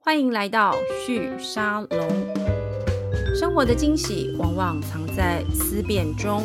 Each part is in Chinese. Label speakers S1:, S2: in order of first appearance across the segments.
S1: 欢迎来到旭沙龙。生活的惊喜往往藏在思辨中。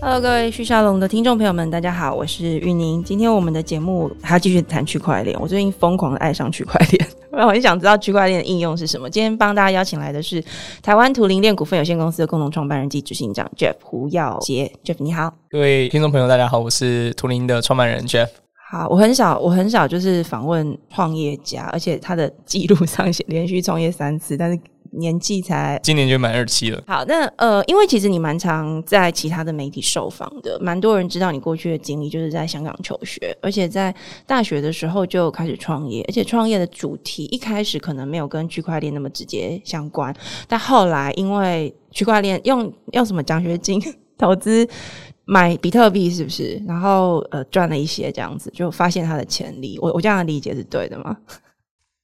S1: Hello，各位旭沙龙的听众朋友们，大家好，我是玉宁。今天我们的节目还要继续谈区块链，我最近疯狂的爱上区块链。 我很想知道区块链的应用是什么。今天帮大家邀请来的是台湾图灵链股份有限公司的共同创办人及执行长 Jeff 胡耀杰。Jeff 你好，
S2: 各位听众朋友，大家好，我是图灵的创办人 Jeff。
S1: 好，我很少，我很少就是访问创业家，而且他的记录上写连续创业三次，但是年纪才
S2: 今年就满二七了，
S1: 好，那呃，因为其实你蛮常在其他的媒体受访的，蛮多人知道你过去的经历，就是在香港求学，而且在大学的时候就开始创业，而且创业的主题一开始可能没有跟区块链那么直接相关，但后来因为区块链用用什么奖学金投资买比特币是不是？然后呃赚了一些这样子，就发现它的潜力。我我这样的理解是对的吗？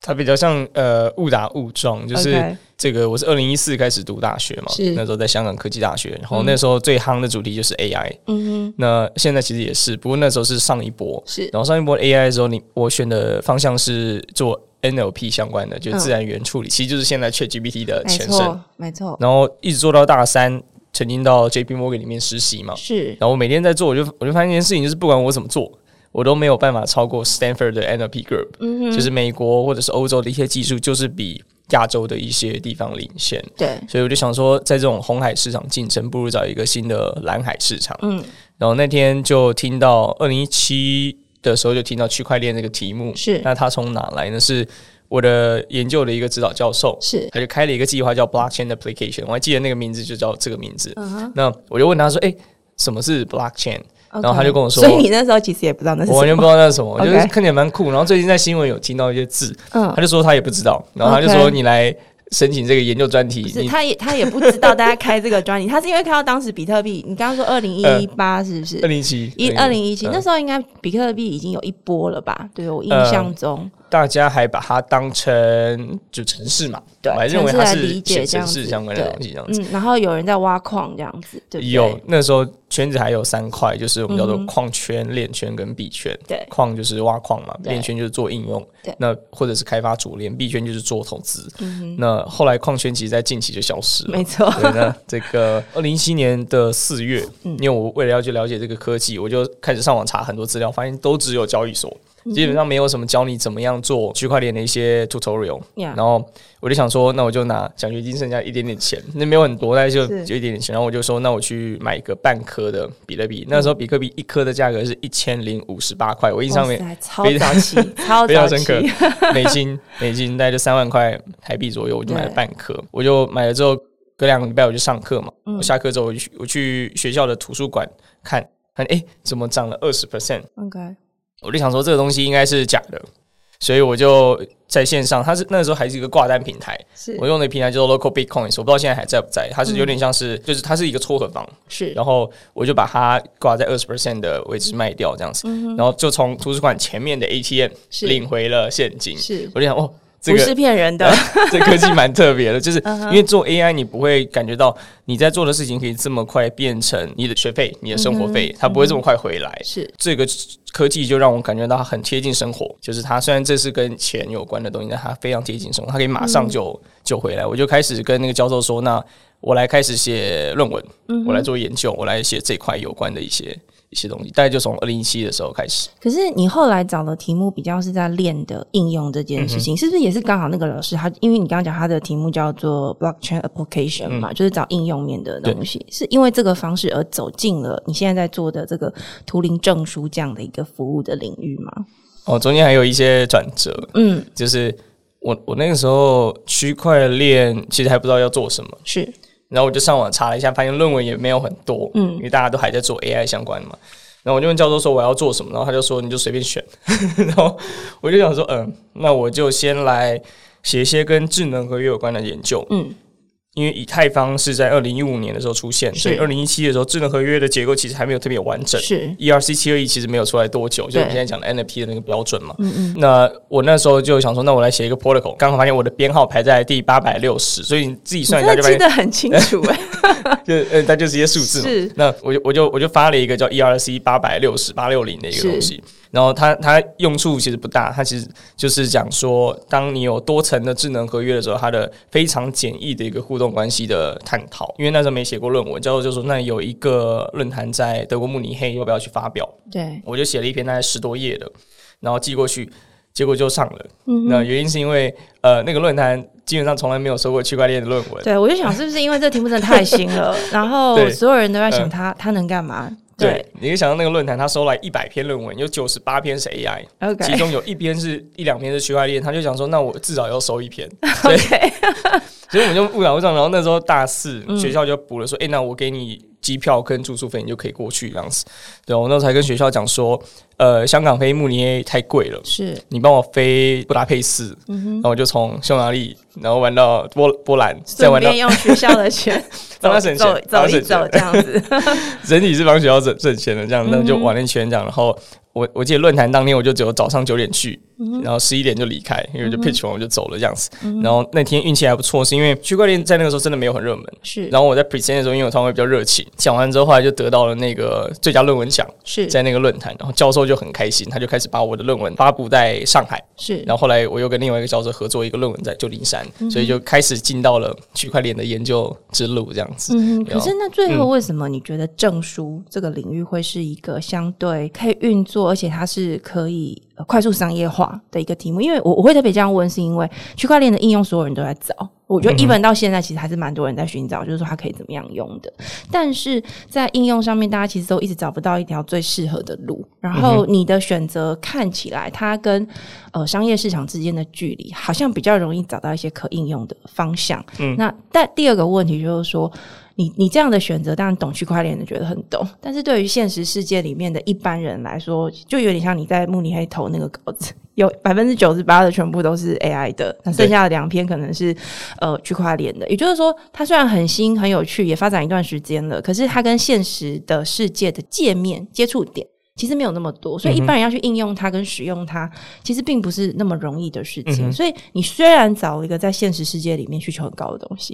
S2: 它比较像呃误打误撞，就是嗯
S1: OK
S2: 这个我是二零一四开始读大学嘛
S1: 是，
S2: 那时候在香港科技大学，然后那时候最夯的主题就是 AI，、
S1: 嗯哼，
S2: 那现在其实也是，不过那时候是上一波，
S1: 是
S2: 然后上一波 AI 的时候，你我选的方向是做 NLP 相关的，就
S1: 嗯
S2: 自然语言处理，其实就是现在 ChatGPT 的
S1: 没
S2: 前身，
S1: 错，没错，
S2: 然后一直做到大三，曾经到 JP Morgan 里面实习嘛，
S1: 是
S2: 然后我每天在做，我就我就发现一件事情，就是不管我怎么做，我都没有办法超过 Stanford 的 NLP Group，、
S1: 嗯哼，
S2: 就是美国或者是欧洲的一些技术，就是比亚洲的一些地方领先。
S1: 对，
S2: 所以我就想说，在这种红海市场竞争，不如找一个新的蓝海市场。
S1: 嗯，
S2: 然后那天就听到二零一七的时候，就听到区块链这个题目。
S1: 是
S2: 那它从哪来呢？是我的研究的一个指导教授，
S1: 是，
S2: 他就开了一个计划叫 Blockchain Application，我还记得那个名字就叫这个名字。
S1: 嗯哼。
S2: 那我就问他说：“哎、什么是 blockchain？”
S1: OK
S2: 然后他就跟我说
S1: 所以你那时候其实也不知道那是
S2: 我 完
S1: 什
S2: 全不
S1: 么，
S2: 知道那是什么
S1: OK
S2: 就是看起来蛮酷。然后最近在新闻有听到一些字，
S1: 嗯
S2: 他，就说他也不知道，然后他就
S1: OK
S2: 说你来申请这个研究专题
S1: 不，是，
S2: 你
S1: 他也他也不知道大家开这个专利， 他是因为看到当时比特币，你刚刚说二零一八是不是
S2: 嗯二？零一七
S1: 一二零一七那
S2: 嗯
S1: 时候应该比特币已经有一波了吧？对我印
S2: 呃
S1: 象中，
S2: 大家还把它当成就城市嘛，
S1: 对，
S2: 我还认为
S1: 城市
S2: 它
S1: 来
S2: 是
S1: 理
S2: 写
S1: 解这
S2: 城
S1: 样子
S2: 市相关的东西这样子。
S1: 对嗯，然后有人在挖矿这样子，对不对？
S2: 有那时候圈子还有三块，就是我们叫做
S1: 嗯哼
S2: 矿圈、链圈跟币圈。
S1: 对
S2: 矿就是挖矿嘛，
S1: 对
S2: 链圈就是做应用
S1: 对，
S2: 那或者是开发主链，币圈就是做投资。
S1: 嗯
S2: 那后来矿圈其实在近期就消失了。
S1: 没嗯错，
S2: 对，那这个二零一七年的四月，因为我为了要去了解这个科技，我就开始上网查很多资料，发现都只有交易所，
S1: 嗯
S2: 基本上没有什么教你怎么样做区块链的一些 tutorial。
S1: Yeah
S2: 然后我就想说，那我就拿奖学金剩下一点点钱，那没有很多，但是就是有一点点钱，然后我就说，那我去买一个半颗的比特币。那时候比特币一颗的价格是一千零五十八块，我印象
S1: 哇
S2: 没
S1: 塞超
S2: 非
S1: 早
S2: 常
S1: 期，超
S2: 非
S1: 早
S2: 常深刻
S1: 期，，
S2: 美金 美金大概就三万块台币左右，我就买了
S1: 对
S2: 半颗，我就买了之后，隔两个礼拜我就上课嘛，
S1: 嗯
S2: 我下课之后我就去我去学校的图书馆看看，哎、怎么涨了二十 percent？
S1: OK，
S2: 我就想说这个东西应该是假的，所以我就在线上，它是那时候还是一个挂单平台，
S1: 是
S2: 我用的平台叫做 Local Bitcoins，我不知道现在还在不在，它是有点像是、
S1: 嗯
S2: 就是它是一个撮合方，
S1: 是，
S2: 然后我就把它挂在二十 percent 的位置卖掉，这样子，然后就从图书馆前面的 ATM
S1: 嗯是
S2: 领回了现金。
S1: 是
S2: 我就想，哦，这
S1: 不是
S2: 个嗯
S1: 骗人的？
S2: 这科技蛮特别的，就是
S1: 嗯哼
S2: 因为做 AI，你不会感觉到你在做的事情可以这么快变成你的学费、你的生活
S1: 嗯
S2: 费，它不会这么快回来。
S1: 是
S2: 这个科技就让我感觉到它很贴近生活，就是它虽然这是跟钱有关的东西，但它非常贴近生活，它可以马上就、就回来。我就开始跟那个教授说，那我来开始写论文，我来做研究，我来写这块有关的一些一些东西，大概就从二零一七的时候开始。
S1: 可是你后来找的题目比较是在练的应用这件
S2: 嗯
S1: 事情，是不是也是刚好那个老师他？因为你刚刚讲他的题目叫做 blockchain application
S2: 嗯
S1: 嘛，就是找应用面的东西，是因为这个方式而走进了你现在在做的这个图灵证书这样的一个服务的领域吗？
S2: 哦，中间还有一些转折，
S1: 嗯，
S2: 就是我我那个时候区块链其实还不知道要做什么，
S1: 是
S2: 然后我就上网查了一下，发现论文也没有很多，
S1: 嗯
S2: 因为大家都还在做 AI 相关的嘛。然后我就问教授说我要做什么，然后他就说你就随便选。 然后我就想说，嗯，那我就先来写一些跟智能合约有关的研究，
S1: 嗯，
S2: 因为以太坊是在二零一五年的时候出现，
S1: 是
S2: 所以二零一七的时候智能合约的结构其实还没有特别完整。
S1: 是
S2: ERC 七二一其实没有出来多久，就是我
S1: 对
S2: 们现在讲的 NFT 的那个标准嘛。嗯嗯。那我那时候就想说，那我来写一个 protocol。刚好发现我的编号排在第八百六十，所以你自己
S1: 你
S2: 算
S1: 真的
S2: 一下就发
S1: 记
S2: 现，
S1: 得很清楚 哎、
S2: 就呃，它就直接数字嘛。
S1: 是
S2: E 那我就我就我就发了一个叫 ERC 八百六十八六零的一个东西。然后它它用处其实不大，它其实就是讲说，当你有多层的智能合约的时候，它的非常简易的一个互动关系的探讨。因为那时候没写过论文，教授就说那有一个论坛在德国慕尼黑，要不要去发表？
S1: 对，
S2: 我就写了一篇大概十多页的，然后寄过去，结果就上了。
S1: 嗯
S2: 那原因是因为呃，那个论坛基本上从来没有收过区块链的论文。
S1: 对我就想是不是因为这题目真的太新了，然后
S2: 对
S1: 所有人都在想
S2: 嗯
S1: 他他能干嘛？
S2: 对，你就想到那个论坛，他收来一百篇论文，有九十八篇是 AI，其
S1: ，OK
S2: 中有一篇是一两篇是区块链，他就想说，那我至少要收一篇，
S1: OK，
S2: 所以我们就误打误撞。然后那时候大四，
S1: 嗯
S2: 学校就补了说，哎、那我给你机票跟住宿费，你就可以过去这样子。对，我那时候才跟学校讲说，呃，香港飞慕尼黑太贵了，
S1: 是
S2: 你帮我飞布达佩斯，
S1: 嗯
S2: 然后我就从匈牙利，然后玩到波波兰，再
S1: 顺
S2: 玩到
S1: 便用学校的钱
S2: 帮
S1: 走
S2: 他省钱
S1: 走
S2: 帮
S1: 走
S2: 他
S1: 一
S2: 省
S1: 走
S2: 钱
S1: 这样 子，
S2: 整体是帮学校挣挣钱的，这样
S1: 嗯哼
S2: 那就玩了一圈这样。然后我我记得论坛当天我就只有早上九点去，
S1: 嗯
S2: 然后十一点就离开，因为我就 pitch 完我就走了这样子。然后那天运气还不错，是因为区块链在那个时候真的没有很热门。
S1: 是
S2: 然后我在 present 的时候，因为我通常会比较热情，讲完之后后来就得到了那个最佳论文奖，
S1: 是
S2: 在那个论坛，然后教授就很开心，他就开始把我的论文发布在上海。
S1: 是
S2: 然后后来我又跟另外一个教授合作一个论文在旧金山，
S1: 嗯
S2: 所以就开始进到了区块链的研究之路这样子。
S1: 嗯，
S2: 对
S1: 可
S2: 啊
S1: 是那最后为什么你觉得证书这个领域会是一个相对可以运作，而且它是可以呃快速商业化的一个题目？因为我我会特别这样问，是因为区块链的应用所有人都在找，我觉得一本到现在其实还是蛮多人在寻找，就是说它可以怎么样用的。但是在应用上面，大家其实都一直找不到一条最适合的路。然后你的选择看起来，它跟呃商业市场之间的距离，好像比较容易找到一些可应用的方向。嗯，那但第二个问题就是说。你你这样的选择，当然懂区块链的觉得很懂，但是对于现实世界里面的一般人来说，就有点像你在慕尼黑投那个稿子，有百分之九十八的全部都是 AI 的，那剩下的两篇可能是呃区块链的。也就是说，它虽然很新很有趣，也发展一段时间了，可是它跟现实的世界的界面接触点。其实没有那么多，所以一般人要去应用它跟使用它，其实并不是那么容易的事情。所以你虽然找了一个在现实世界里面需求很高的东西，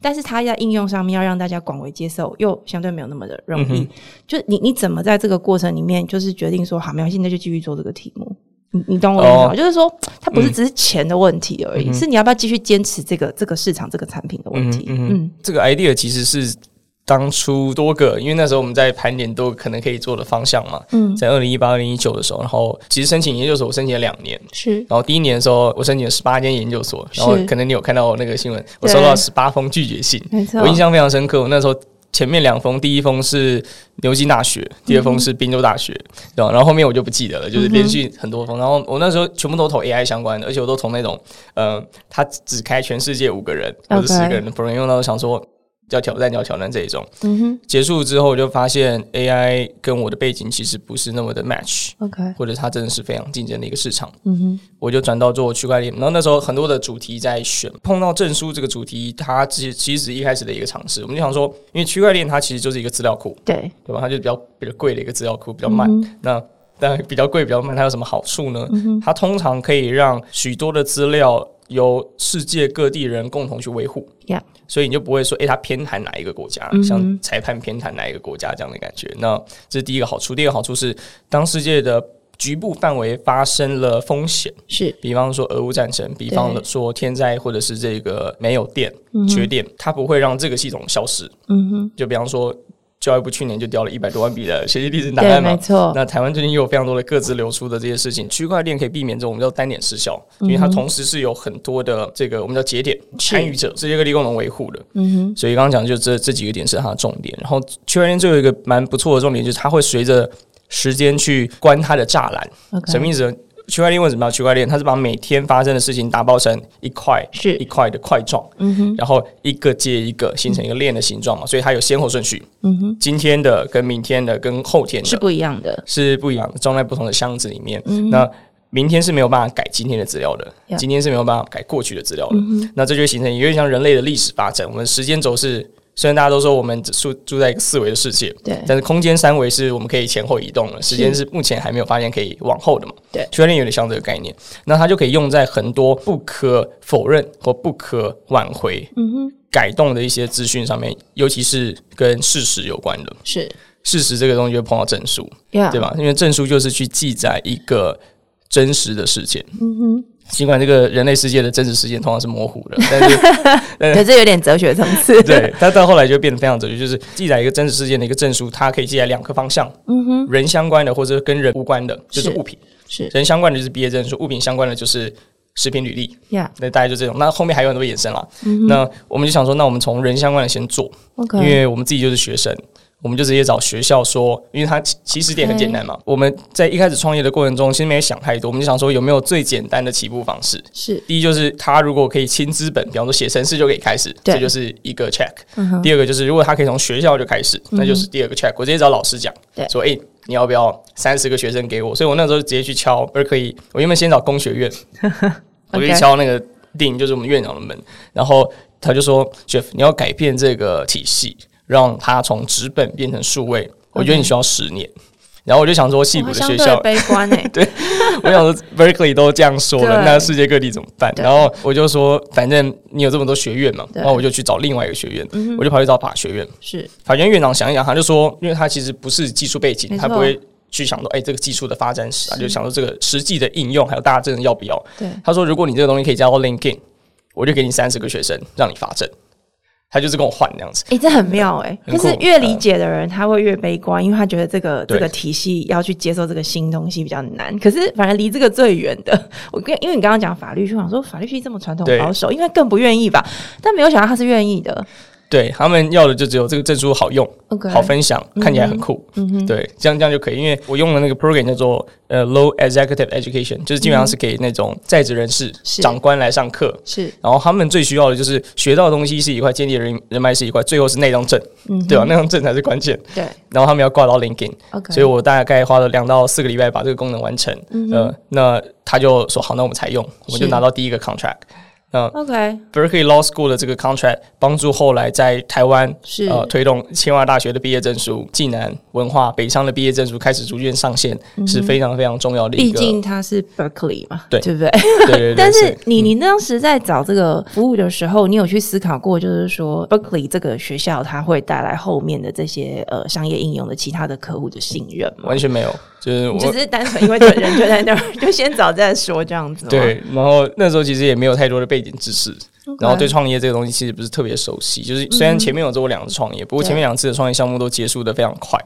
S1: 但是它在应用上面要让大家广为接受，又相对没有那么的容易。
S2: 嗯
S1: 就你你怎么在这个过程里面，就是决定说好，没关系，那就继续做这个题目。你你懂我意思吗？
S2: 哦嗯
S1: 就是说，它不是只是钱的问题而已，是你要不要继续坚持这个这个市场这个产品的问题。嗯
S2: 这个 idea 其实是当初多个，因为那时候我们在盘点多个可能可以做的方向嘛。嗯，在二零一八、二零一九的时候，然后其实申请研究所，我申请了两年。
S1: 是
S2: 然后第一年的时候，我申请了十八间研究所，然后
S1: 是
S2: 可能你有看到我那个新闻，我收到十八封拒绝信，
S1: 没错
S2: 我印象非常深刻。我那时候前面两封，第一封是牛津大学，第二封是宾州大学，对吧？然后后面我就不记得了，就是连续很多封。然后我那时候全部都投 AI 相关的，而且我都投那种，呃，他只开全世界五个人或者
S1: OK
S2: 十个人的 program，因为那时候想说。叫挑战，叫挑战这一种。
S1: 嗯哼
S2: 结束之后，我就发现 AI 跟我的背景其实不是那么的 match，
S1: ，OK，
S2: 或者它真的是非常竞争的一个市场。
S1: 嗯哼，
S2: 我就转到做区块链。然后那时候很多的主题在选，碰到证书这个主题，它其实其实一开始的一个尝试，我们就想说，因为区块链它其实就是一个资料库，
S1: 对，
S2: 对吧？它就比较比较贵的一个资料库，比较慢。
S1: 嗯
S2: 那但比较贵、比较慢，它有什么好处呢？它通常可以让许多的资料由世界各地人共同去维护。
S1: Yeah
S2: 所以你就不会说，诶，它偏袒哪一个国家，
S1: 嗯哼
S2: 像裁判偏袒哪一个国家这样的感觉。那这是第一个好处。第二个好处是，当世界的局部范围发生了风险。
S1: 是
S2: 比方说俄乌战争，比方
S1: 对
S2: 说天灾，或者是这个没有电、缺电，它不会让这个系统消失。
S1: 嗯哼，
S2: 就比方说，教育部去年就掉了一百多万笔的学习历史档
S1: 对，
S2: 案
S1: 没
S2: 嘛。
S1: 错，
S2: 那台湾最近又有非常多的各自流出的这些事情，区块链可以避免这种我们叫单点失效，因为它同时是有很多的这个我们叫节点
S1: 嗯是
S2: 参与者，世界各地共同维护的。
S1: 嗯哼，
S2: 所以刚刚讲就这这几个点是它的重点。然后区块链最后一个蛮不错的重点就是它会随着时间去关它的栅栏。
S1: OK
S2: 什么意思呢？区块链为什么要区块链？它是把每天发生的事情打包成一块
S1: 是
S2: 一块的块状，
S1: 嗯哼，
S2: 然后一个接一个形成一个链的形状嘛，所以它有先后顺序。
S1: 嗯哼，
S2: 今天的跟明天的跟后天
S1: 是
S2: 的
S1: 不一样的，
S2: 是不一样的，装在不同的箱子里面。那明天是没有办法改今天的资料的
S1: Yeah 嗯
S2: 今天是没有办法改过去的资料的。那这就会形成有点像人类的历史发展，我们时间轴是。虽然大家都说我们只住住在一个四维的世界，
S1: 对
S2: 但是空间三维是我们可以前后移动的，时间是目前还没有发现可以往后的嘛？
S1: 对
S2: 区块链有点像这个概念，那它就可以用在很多不可否认或不可挽回、
S1: 嗯哼，
S2: 改动的一些资讯上面，尤其是跟事实有关的。
S1: 是
S2: 事实这个东西就会碰到证书，
S1: Yeah，
S2: 对？吧？因为证书就是去记载一个真实的事件，
S1: 嗯哼，
S2: 尽管这个人类世界的真实事件通常是模糊的，但是
S1: 可是有点哲学层 次。
S2: 对，它到后来就变得非常哲学，就是记载一个真实事件的一个证书，它可以记载两个方向，嗯哼，人相关的或者跟人无关的，就
S1: 是
S2: 是物品；
S1: 是
S2: 人相关的就是毕业证书，物品相关的就是食品履历。
S1: 呀
S2: 那大概就这种，那后面还有很多衍生啦。那我们就想说，那我们从人相关的先做，
S1: ，OK，
S2: 因为我们自己就是学生，我们就直接找学校说，因为它起起始点很简单嘛。我们在一开始创业的过程中，其实没有想太多，我们就想说有没有最简单的起步方式。
S1: 是
S2: 第一就是他如果可以轻资本，比方说写程式就可以开始，
S1: 对嗯
S2: 这就是一个 check。第二个就是如果他可以从学校就开始，那就是第二个 check。我直接找老师讲
S1: 对，
S2: 说哎、诶你要不要三十个学生给我？所以我那时候直接去敲，而可以，我原本先找工学院， 我就去敲那个电影就是我们院长的门，然后他就说 Jeff，你要改变这个体系，让它从纸本变成数位，我觉得你需要十年。然后我就想说，戏
S1: 哇
S2: 谷
S1: 哦
S2: 的
S1: 相
S2: 学
S1: 对
S2: 校
S1: 悲观哎、
S2: 我想 说 Berkeley 都这样说了，
S1: 对
S2: 那世界各地怎么办？
S1: 对
S2: 然后我就说，反正你有这么多学院嘛，
S1: 对嗯
S2: 然后我就去找另外一个学院，我就跑去找法学院。
S1: 是
S2: 法学院院长想一想，他就说，因为他其实不是技术背景
S1: 没，错
S2: 他不会去想说，哎、这个技术的发展史啊，就想说这个实际的应用，还有大家真的要不要？
S1: 对，
S2: 他说，如果你这个东西可以加到 LinkedIn，我就给你三十个学生让你发证。他就是跟我换那样子，
S1: 哎、这很妙哎、
S2: 很
S1: 就是
S2: 酷嗯
S1: 越理解的人，他会越悲观，因为他觉得这个
S2: 对
S1: 这个体系要去接受这个新东西比较难。可是反而离这个最远的，我跟因为你刚刚讲法律系，我想说法律系这么传统
S2: 对
S1: 保守，应该更不愿意吧？但没有想到他是愿意的。
S2: 对他们要的就只有这个证书好用，
S1: OK，
S2: 好分享，看起来很酷，
S1: 嗯
S2: 对，这样这样就可以。因为我用的那个 program 叫做呃 Low Executive Education，就是基本上是给那种在职人士、
S1: 嗯是
S2: 长官来上课。
S1: 是
S2: 然后他们最需要的就是学到的东西是一块，建立人人脉是一块，最后是那张证，对啊吧、那张证才是关键。
S1: 嗯对
S2: 然后他们要挂到 LinkedIn，
S1: ，OK，
S2: 所以我大概花了两到四个礼拜把这个功能完成。
S1: 嗯
S2: 呃，那他就说好，那我们采用，我就是拿到第一个 contract。那
S1: OK
S2: Berkeley Law School 的这个 contract 帮助后来在台湾
S1: 是
S2: 呃推动清华大学的毕业证书、暨南文化、北商的毕业证书开始逐渐上线，是非常非常重要的
S1: 嗯
S2: 一
S1: 毕
S2: 个。
S1: 竟他是 Berkeley 嘛，
S2: 对
S1: 对不对？
S2: 对对对，
S1: 但是你
S2: 嗯
S1: 你当时在找这个服务的时候，你有去思考过，就是说 Berkeley 这个学校它会带来后面的这些呃商业应用的其他的客户的信任吗？
S2: 完全没有，就是我
S1: 你只是单纯因为这个人就在那儿，就先找再说这样子吗？
S2: 对，然后那时候其实也没有太多的背景知识。
S1: OK，嗯
S2: 然后对创业这个东西其实不是特别熟悉，就是虽然前面有做过两次创业，不过前面两次的创业项目都结束的非常快，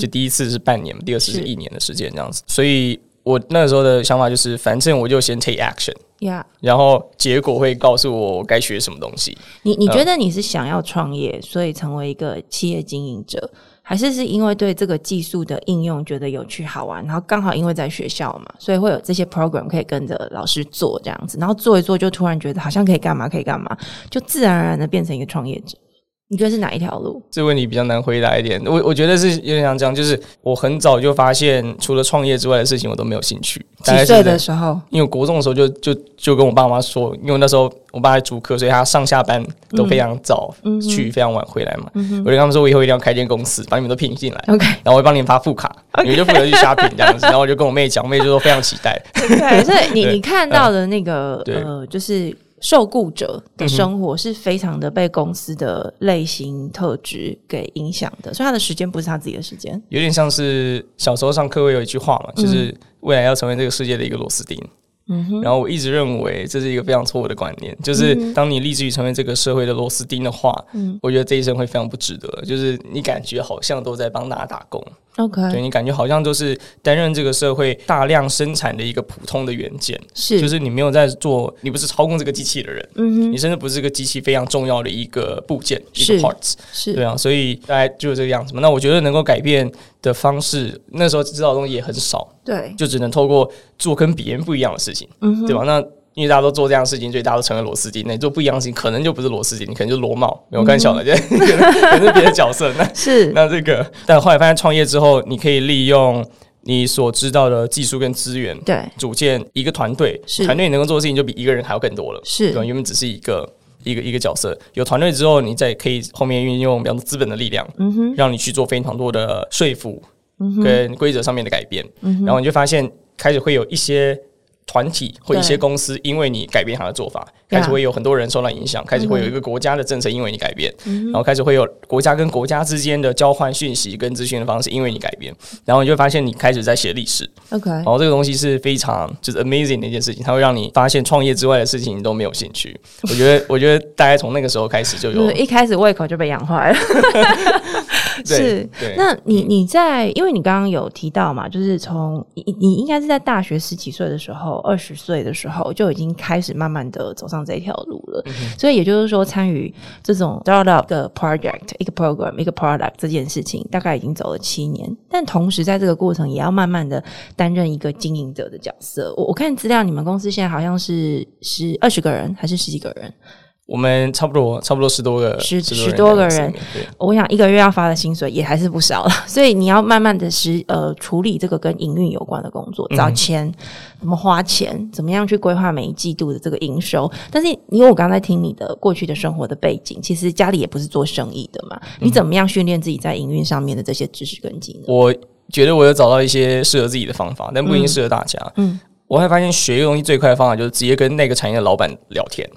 S2: 就第一次是半年，第二次是
S1: 嗯是
S2: 一年的时间这样子。所以我那时候的想法就是，反正我就先 take action，
S1: 呀
S2: 然后结果会告诉我我该学什么东西。
S1: 你你觉得你是想要创业，所以成为一个企业经营者，还是是因为对这个技术的应用觉得有趣好玩，然后刚好因为在学校嘛，所以会有这些 program 可以跟着老师做这样子，然后做一做就突然觉得好像可以干嘛可以干嘛，就自然而然的变成一个创业者。你觉得是哪一条路？
S2: 这个问题比较难回答一点，我我觉得是有点像这样，就是我很早就发现，除了创业之外的事情我都没有兴趣。大概
S1: 几
S2: 是
S1: 岁
S2: 这
S1: 的
S2: 样
S1: 时候？
S2: 因为我国中的时候就就就跟我爸妈说，因为那时候我爸在主科，所以他上下班都非常早去，非常晚回来嘛。我就跟他们说，我以后一定要开间公司，把你们都聘进来，
S1: OK
S2: 然后我会帮你们发副卡，你们就负责去 shopping 这样子。然后我就跟我妹讲，我妹就说非常期待。
S1: 对，所以你
S2: 对嗯
S1: 你看到的那个
S2: 对嗯
S1: 呃，就是受雇者的生活是非常的被公司的类型特质给影响的，所以他的时间不是他自己的时间。
S2: 有点像是小时候上课会有一句话嘛，就是未来要成为这个世界的一个螺丝钉。然后我一直认为这是一个非常错误的观念，就是当你立志于成为这个社会的螺丝钉的话，我觉得这一生会非常不值得。就是你感觉好像都在帮大家打工，对
S1: OK，
S2: 你感觉好像都是担任这个社会大量生产的一个普通的元件，
S1: 是嗯
S2: 就是你没有在做，你不是操控这个机器的人，你甚至不是个机器非常重要的一个部件，一个
S1: 是
S2: parts。对
S1: 是
S2: 啊，所以大概就是这个样子嘛。那我觉得能够改变的方式，那时候知道的东西也很少，
S1: 对
S2: 就只能透过做跟别人不一样的事情，
S1: 嗯
S2: 对吧？那因为大家都做这样的事情，所以大家都成为螺丝钉。那你做不一样的事情，可能就不是螺丝钉，你可能就是螺帽，没有开玩
S1: 嗯
S2: 笑的，就 可能可能是别的角色。那
S1: 是
S2: 那这个，但后来发现创业之后，你可以利用你所知道的技术跟资源，
S1: 对
S2: 组建一个团队，
S1: 是
S2: 团队你能够做的事情就比一个人还要更多了。
S1: 是
S2: 对啊吧，原本只是一个一个一个角色，有团队之后，你再可以后面运用比方说资本的力量，让你去做非常多的说服跟规则上面的改变，然后你就发现开始会有一些团体或一些公司，因为你改变它的做法，开始会有很多人受到影响，开始会有一个国家的政策因为你改变，然后开始会有国家跟国家之间的交换讯息跟资讯的方式因为你改变，然后你就会发现你开始在写历史，
S1: OK，
S2: 然后这个东西是非常就是 amazing 的一件事情，它会让你发现创业之外的事情你都没有兴趣。我觉得，我觉得大概从那个时候开始就有
S1: 就是一开始胃口就被养坏了。
S2: 对
S1: 是
S2: 对，
S1: 那你你在，因为你刚刚有提到嘛，就是从你你应该是在大学十几岁的时候，二十岁的时候就已经开始慢慢的走上这条路了。所以也就是说，参与这种 startup 的 project、一个 program、一个 product 这件事情，大概已经走了七年。但同时在这个过程，也要慢慢的担任一个经营者的角色。我我看资料，你们公司现在好像是十二十个人，还是十几个人？
S2: 我们差不多差不多十多个
S1: 十
S2: 十
S1: 十多个
S2: 在公司
S1: 人
S2: 里面，对
S1: 我想一个月要发的薪水也还是不少了， 所以你要慢慢的是呃处理这个跟营运有关的工作，
S2: 嗯
S1: 找钱，怎么花钱，怎么样去规划每一季度的这个营收。但是因为我刚才听你的过去的生活的背景，其实家里也不是做生意的嘛，
S2: 嗯
S1: 你怎么样训练自己在营运上面的这些知识跟技能？
S2: 我觉得我有找到一些适合自己的方法，但不一定适合大家。
S1: 嗯
S2: 我会发现学一个东西最快的方法就是直接跟那个产业的老板聊天。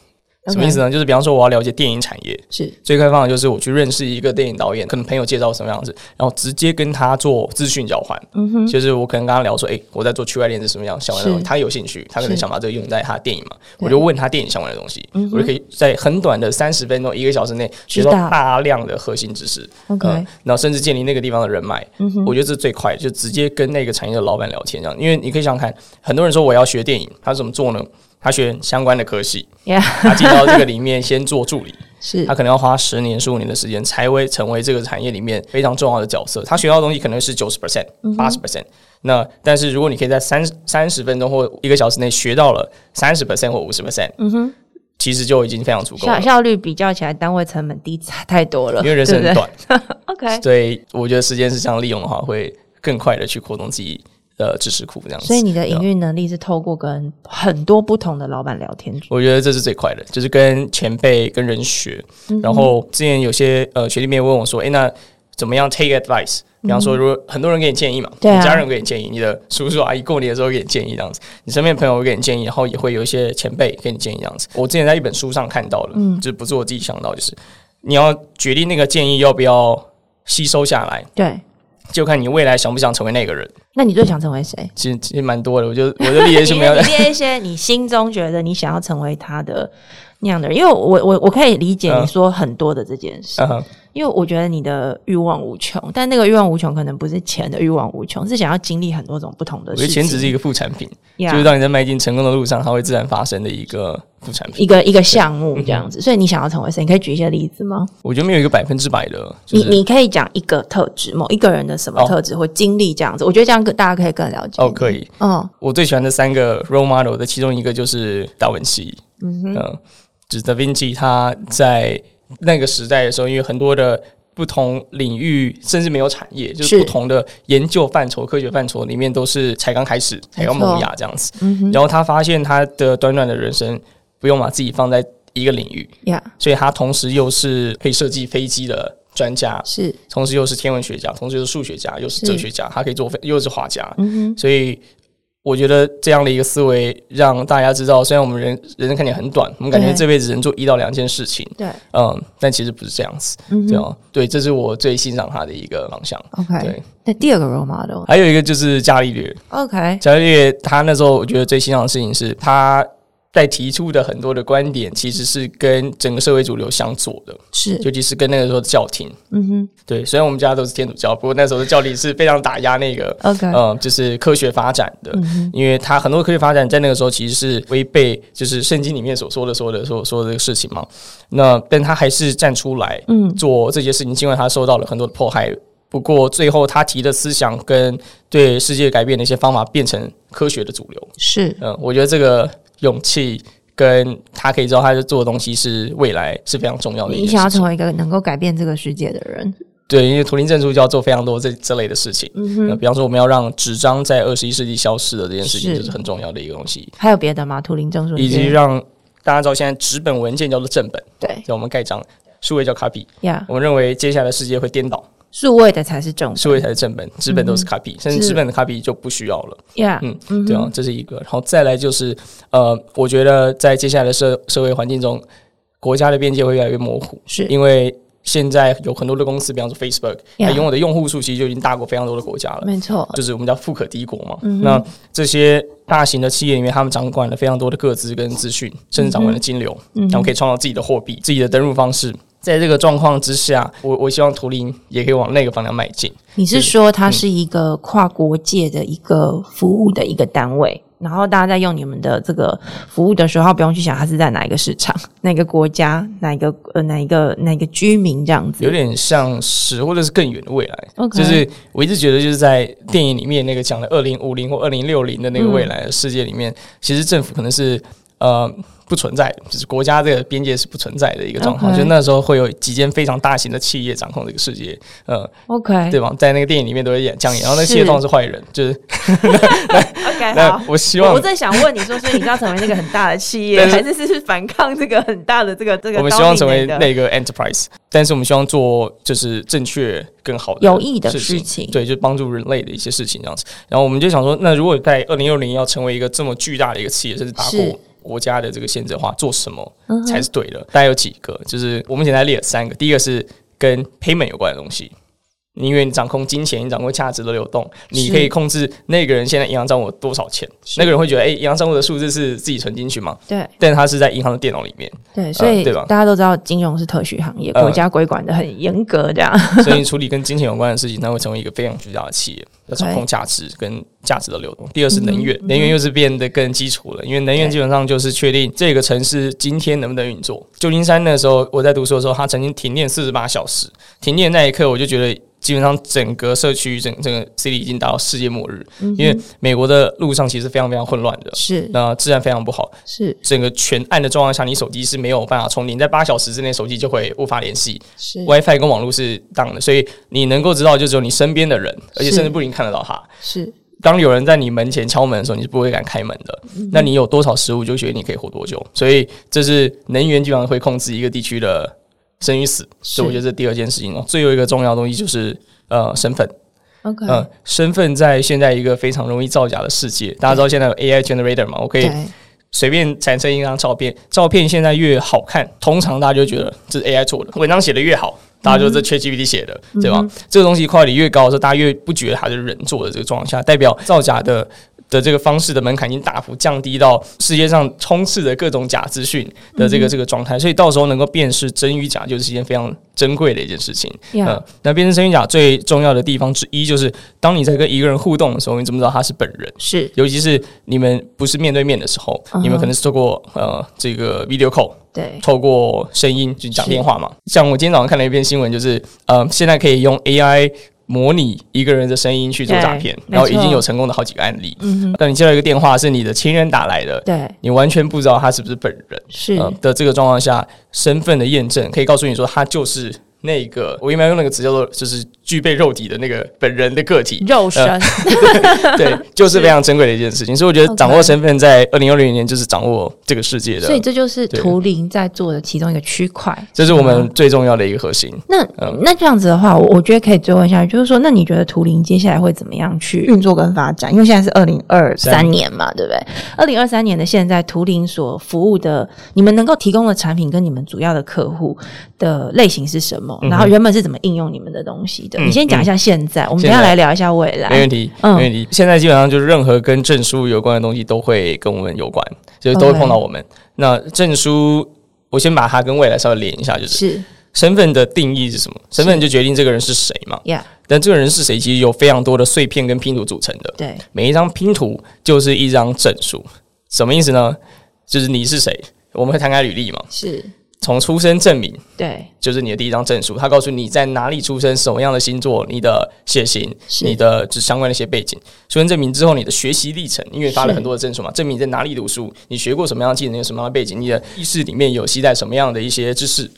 S2: 什么意思
S1: OK，
S2: 呢？就是比方说我要了解电影产业，
S1: 是
S2: 最快的方法就是我去认识一个电影导演，可能朋友介绍什么样子，然后直接跟他做资讯交换。
S1: 嗯哼，
S2: 就是我可能跟他聊说，诶，我在做区块链是什么样相关的东西，
S1: 是
S2: 他有兴趣，他可能
S1: 是
S2: 想把这个用在他的电影嘛，
S1: 对
S2: 我就问他电影相关的东西，我就可以在很短的三十分钟、一个小时内学到
S1: 嗯知道
S2: 大量的核心知识
S1: OK 嗯
S2: 嗯然后甚至建立那个地方的人脉，我觉得这是最快，就直接跟那个产业的老板聊天这样，因为你可以想想看，很多人说我要学电影，他怎么做呢？他学相关的科系，
S1: ，Yeah，
S2: 他进到这个里面先做助理，
S1: 是
S2: 他可能要花十年、十五年的时间才会成为这个产业里面非常重要的角色。他学到的东西可能是九十 percent、八十
S1: 嗯
S2: percent。那但是如果你可以在三三十分钟或一个小时内学到了三十 percent 或五十 percent，嗯哼，其实就已经非常足够
S1: 效
S2: 了。
S1: 效率比较起来，单位成本低太多了，
S2: 因为人生很
S1: 对哎不
S2: 短，
S1: 对 OK，
S2: 所以我觉得时间是这样利用的话，会更快的去扩充自己的知识库，这样子。啊
S1: 所以你的营运能力是透过跟很多不同的老板聊天
S2: 我觉得这是最快的，就是跟前辈、跟人学。
S1: 嗯
S2: 然后之前有些呃学弟妹问我说：“诶，那怎么样 take advice？” 比方说，如果很多人给你建议嘛，
S1: 嗯对啊
S2: 你家人给你建议，你的叔叔阿姨过年的时候给你建议这样子，你身边的朋友会给你建议，然后也会有一些前辈给你建议这样子。我之前在一本书上看到的，
S1: 嗯
S2: 就是不是我自己想到，就是你要决定那个建议要不要吸收下来，
S1: 对，
S2: 就看你未来想不想成为那个人。
S1: 那你最想成为谁？
S2: 其实其实蛮多的，我就我就理解是
S1: 你
S2: 没有
S1: 你列一些你心中觉得你想要成为他的那样的人，因为我我我可以理解
S2: 嗯
S1: 你说很多的这件事，
S2: 嗯哼
S1: 因为我觉得你的欲望无穷，但那个欲望无穷可能不是钱的欲望无穷，是想要经历很多种不同的
S2: 我觉
S1: 事
S2: 得
S1: 情。
S2: 钱只是一个副产品。
S1: Yeah
S2: 就是当你在迈进成功的路上，它会自然发生的一个副产品。
S1: 一个一个项目
S2: 嗯
S1: 这样子，所以你想要成为谁？你可以举一些例子吗？
S2: 我觉得没有一个百分之百的，就是
S1: 你你可以讲一个特质，某一个人的什么
S2: 哦
S1: 特质或经历这样子，我觉得这样更大家可以更了解。
S2: 哦可以。
S1: 嗯，
S2: 我最喜欢的三个 role model 的其中一个就是达文西，嗯哼，就是达芬奇他在那个时代的时候，因为很多的。不同领域甚至没有产业，就是是不同的研究范畴、科学范畴里面都是才刚开始、才刚
S1: 没错
S2: 萌芽这样子。
S1: 嗯
S2: 然后他发现他的短短的人生不用把自己放在一个领域，
S1: 呀、
S2: 所以他同时又是可以设计飞机的专家，
S1: 是
S2: 同时又是天文学家，同时又是数学家，又是
S1: 是
S2: 哲学家，他可以做非又是画家，
S1: 嗯
S2: 所以我觉得这样的一个思维让大家知道，虽然我们人人生看起来很短，我们感觉
S1: 对
S2: 这辈子只能做一到两件事情，
S1: 对
S2: 嗯，但其实不是这样子，
S1: 嗯
S2: 对哦，对，这是我最欣赏他的一个方向。
S1: ，OK
S2: 对。
S1: 那第二个 role model，OK，、
S2: 还有一个就是伽利略，伽利略他那时候我觉得最欣赏的事情是他。在提出的很多的观点，其实是跟整个社会主流相左的，
S1: 是
S2: 尤其是跟那个时候的教廷。
S1: 嗯哼
S2: 对，虽然我们家都是天主教，不过那时候的教理是非常打压那个，
S1: ，OK，
S2: 嗯，就是科学发展的，
S1: 嗯
S2: 因为它很多科学发展在那个时候其实是违背就是圣经里面所说的、说的、所说的这个事情嘛。那但他还是站出来，
S1: 嗯
S2: 做这些事情，尽管他受到了很多的迫害。不过最后他提的思想跟对世界改变的一些方法，变成科学的主流。
S1: 是
S2: 嗯，我觉得这个勇气跟他可以知道他在做的东西是未来是非常重要的
S1: 你
S2: 一件
S1: 想要
S2: 事情
S1: 成为一个能够改变这个世界的人，
S2: 对，因为图灵证书就要做非常多这这类的事情。嗯比方说我们要让纸张在二十一世纪消失的这件事情，
S1: 是嗯
S2: 就是很重要的一个东西，
S1: 还有别的吗？图灵证书
S2: 以及
S1: 你觉得
S2: 让大家知道现在纸本文件叫做正本，
S1: 对
S2: 叫我们盖章，数位叫 copy。
S1: 呀
S2: 我们认为接下来世界会颠倒，
S1: 数位的才是正
S2: 数位才是正本，资本都是 copy，、甚
S1: 嗯
S2: 至
S1: 是
S2: 资本的 copy 就不需要了。
S1: ，Yeah，
S2: 嗯，对啊，这是一个。然后再来就是，呃，我觉得在接下来的社社会环境中，国家的边界会越来越模糊，
S1: 是
S2: 因为现在有很多的公司，比方说 Facebook，它
S1: Yeah
S2: 拥有的用户数其实就已经大过非常多的国家了。
S1: 没错，
S2: 就是我们叫富可敌国嘛。
S1: 嗯
S2: 那这些大型的企业里面，他们掌管了非常多的个资跟资讯，甚至掌
S1: 嗯
S2: 管了金流，然后可以创造自己的货币、自己的登入方式。在这个状况之下，我我希望图灵也可以往那个方向迈进。
S1: 你是说
S2: 嗯
S1: 它是一个跨国界的一个服务的一个单位，然后大家在用你们的这个服务的时候，不用去想它是在哪一个市场、 哪个国家、哪一个呃哪一个哪一个居民这样子，
S2: 有点像是，或者是更远的未来。
S1: OK
S2: 就是我一直觉得，就是在电影里面那个讲的二零五零或二零六零的那个未
S1: 嗯
S2: 来的世界里面，其实政府可能是呃不存在的，就是国家这个边界是不存在的一个状况。
S1: OK
S2: 就那时候会有几间非常大型的企业掌控这个世界，呃，
S1: OK
S2: 对吧？在那个电影里面都会演讲演，然后那个企业
S1: 哎是
S2: 通常是坏人，就是
S1: OK
S2: 那。我希望
S1: 我在想问你说，所以你是要成为那个很大的企业，
S2: 但是
S1: 还是是是反抗这个很大的这个这个？
S2: 我们希望成为那个 enterprise，但是我们希望做就是正确、更好的
S1: 有益的
S2: 事
S1: 事情
S2: 对，就帮助人类的一些事情这样子。然后我们就想说，那如果在二零六零要成为一个这么巨大的一个企业，甚至打
S1: 是
S2: 破。国家的这个限制的话，做什么
S1: 嗯
S2: 才是对的？大概有几个，就是我们简单列了三个。第一个是跟 payment 有关的东西，你因为你掌控金钱，你掌控价值的流动，你
S1: 是
S2: 可以控制那个人现在银行账户多少钱。那个人会觉得，哎、银行账户的数字是自己存进去嘛？
S1: 对
S2: 但他是在银行的电脑里面，
S1: 对，所以
S2: 呃对吧
S1: 大家都知道金融是特许行业，
S2: 呃
S1: 国家规管的很严格， 这样
S2: 所以处理跟金钱有关的事情，它会成为一个非常巨大的企业，要掌控价值跟价值的流动。第二是能源，能源又是变得更基础了，因为能源
S1: 对
S2: 基本上就是确定这个城市今天能不能运作。旧金山那时候我在读书的时候，它曾经停电四十八小时，停电那一刻我就觉得。基本上整个社区、整整个 city 已经达到世界末日，因为美国的路上其实非常非常混乱的，
S1: 是
S2: 那治安非常不好。
S1: 是
S2: 整个全暗的状况下，你手机是没有办法充电，你在八小时之内手机就会无法联系，
S1: 是
S2: WiFi 跟网络是 down 的，所以你能够知道就只有你身边的人，而且甚至不一定看得到他。
S1: 是
S2: 当有人在你门前敲门的时候，你是不会敢开门的。那你有多少食物，就决定你可以活多久。所以这是能源基本上会控制一个地区的生与死。所以我觉得这第二件事情哦，最后一个重要的东西就是呃身份。
S1: OK，
S2: 嗯、身份在现在一个非常容易造假的世界，大家知道现在有 AI generator 嘛，我可以
S1: 对
S2: 随便产生一张照片，照片现在越好看，通常大家就觉得这是 AI 做的，文章写的越好，大家就这 ChatGPT 写的，对吧？这个东西快离越高的时候，大家越不觉得它是人做的这个状况下，代表造假的。的这个方式的门槛已经大幅降低到世界上充斥着各种假资讯的这个、这个状态，所以到时候能够辨识真与假，就是一件非常珍贵的一件事情。
S1: Yeah
S2: 呃那辨识真与假最重要的地方之一，就是当你在跟一个人互动的时候，你怎么知道他是本人？
S1: 是
S2: 尤其是你们不是面对面的时候，
S1: 嗯哼
S2: 你们可能是透过呃这个 video call，
S1: 对
S2: 透过声音就讲
S1: 是
S2: 电话嘛。像我今天早上看了一篇新闻，就是呃现在可以用 AI 模拟一个人的声音去做诈骗
S1: 对，
S2: 然后已
S1: 没
S2: 经
S1: 错嗯
S2: 有成功的好几个案例。那你接到一个电话是你的亲人打来的，
S1: 对
S2: 你完全不知道他是不是本人。
S1: 是
S2: 呃、的这个状况下，身份的验证可以告诉你说他就是。那个，我一般用那个词叫做，就是具备肉体的那个本人的个体，
S1: 肉身
S2: 对，就是非常珍贵的一件事情。所以我觉得
S1: OK
S2: 掌握身份在二零二零年就是掌握这个世界
S1: 所以
S2: 的，
S1: 这就是
S2: 对
S1: 图灵在做的其中一个区块。嗯
S2: 这是我
S1: 是
S2: 们
S1: 吗
S2: 最重要的一个核心。
S1: 那、
S2: 嗯
S1: 那这样子的话，我我觉得可以追问一下，就是说，那你觉得图灵接下来会怎么样去运作跟发展？因为现在是二零二三年嘛，对不对？二零二三年的现在，图灵所服务的，你们能够提供的产品跟你们主要的客户的类型是什么？然后原本是怎么应用你们的东西的？
S2: 嗯
S1: 你先讲一下现在，我们等一
S2: 现
S1: 下
S2: 在
S1: 来聊一下未
S2: 没
S1: 来
S2: 问。题，没
S1: 嗯
S2: 问题。现在基本上就是任何跟证书有关的东西都会跟我们有关，就是都会
S1: OK
S2: 碰到我们。那证书，我先把它跟未来稍微连一下，就是
S1: 是
S2: 身份的定义是什么？身份就决定这个人是谁嘛。
S1: ，Yeah，
S2: 但这个人是谁，其实有非常多的碎片跟拼图组成的。
S1: 对，
S2: 每一张拼图就是一张证书，什么意思呢？就是你是谁，我们会摊开履历嘛。
S1: 是，
S2: 从出生证明
S1: 对，
S2: 就是你的第一张证书，它告诉你在哪里出生、什么样的星座、你的血型、
S1: 是
S2: 你的就是相关的一些背景。出生证明之后，你的学习历程，因为发了很多的证书嘛，证明你在哪里读书，你学过什么样的技能，有什么样的背景，你的意识里面有携带什么样的一些知识。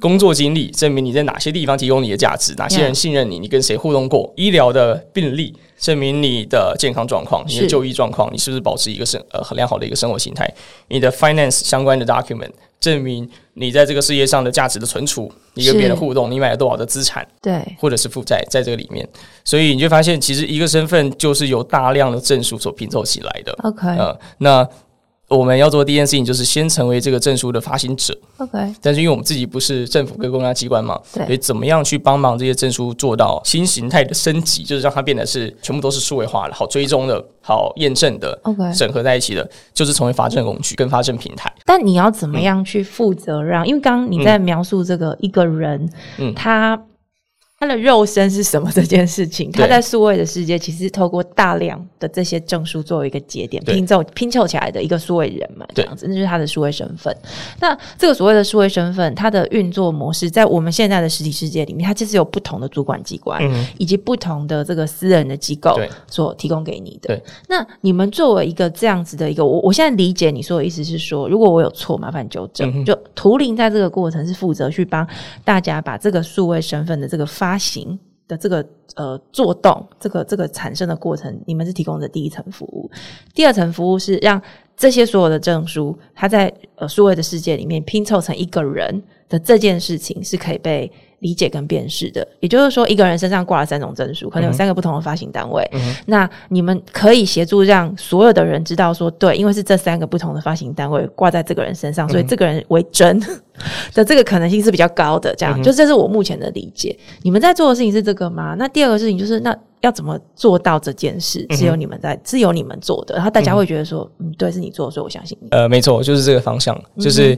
S2: 工作经历证明你在哪些地方提供你的价值，哪些人
S1: 嗯 Yeah
S2: 信任你，你跟谁互动过。医疗的病历证明你的健康状况、你的
S1: 是
S2: 呃就医状况，你是不是保持一个生呃很良好的一个生活形态。你的 finance 相关的 document 证明你在这个世界上的价值的存储，你跟别人
S1: 是
S2: 互动，你买了多少的资产
S1: 对，
S2: 或者是负债在这个里面，所以你就发现，其实一个身份就是由大量的证书所拼凑起来的。
S1: OK
S2: 呃，那我们要做的第一件事情就是先成为这个证书的发行者，
S1: OK，
S2: 但是因为我们自己不是政府跟公家机关嘛，
S1: 对
S2: 所以怎么样去帮忙这些证书做到新形态的升级，就是让它变得是全部都是数位化的、好追踪的、好验证的、
S1: OK
S2: 整合在一起的，就是成为发证工具跟发证平台。
S1: 但你要怎么样去负责让？因为刚刚你在描述这个一个人，
S2: 嗯
S1: 他他的肉身是什么这件事情，
S2: 对
S1: 他在数位的世界其实透过大量的这些证书作为一个节点
S2: 对
S1: 拼凑拼凑起来的一个数位人嘛，这
S2: 对
S1: 样子，那就是他的数位身份。那这个所谓的数位身份，它的运作模式在我们现在的实体世界里面，它其实有不同的主管机关、
S2: 嗯
S1: 以及不同的这个私人的机构
S2: 对
S1: 所提供给你的。
S2: 对
S1: 那你们作为一个这样子的一个，我我现在理解你说的意思是说，如果我有错，麻烦纠正。就图灵在这个过程是负责去帮大家把这个数位身份的这个发行。的这个呃做动，这个这个产生的过程，你们是提供的第一层服务，第二层服务是让这些所有的证书，它在呃数位的世界里面拼凑成一个人的这件事情是可以被理解跟辨识的。也就是说，一个人身上挂了三种证书，可能有三个不同的发行单位。那你们可以协助让所有的人知道说，对，因为是这三个不同的发行单位挂在这个人身上，所以这个人为真 的这个可能性是比较高的。这样，就这是我目前的理解。你们在做的事情是这个吗？那第二个事情就是，那要怎么做到这件事？只有你们在，只有你们做的，然后大家会觉得说，嗯，对，是你做的，所以我相信你。
S2: 呃，没错，就是这个方向，就是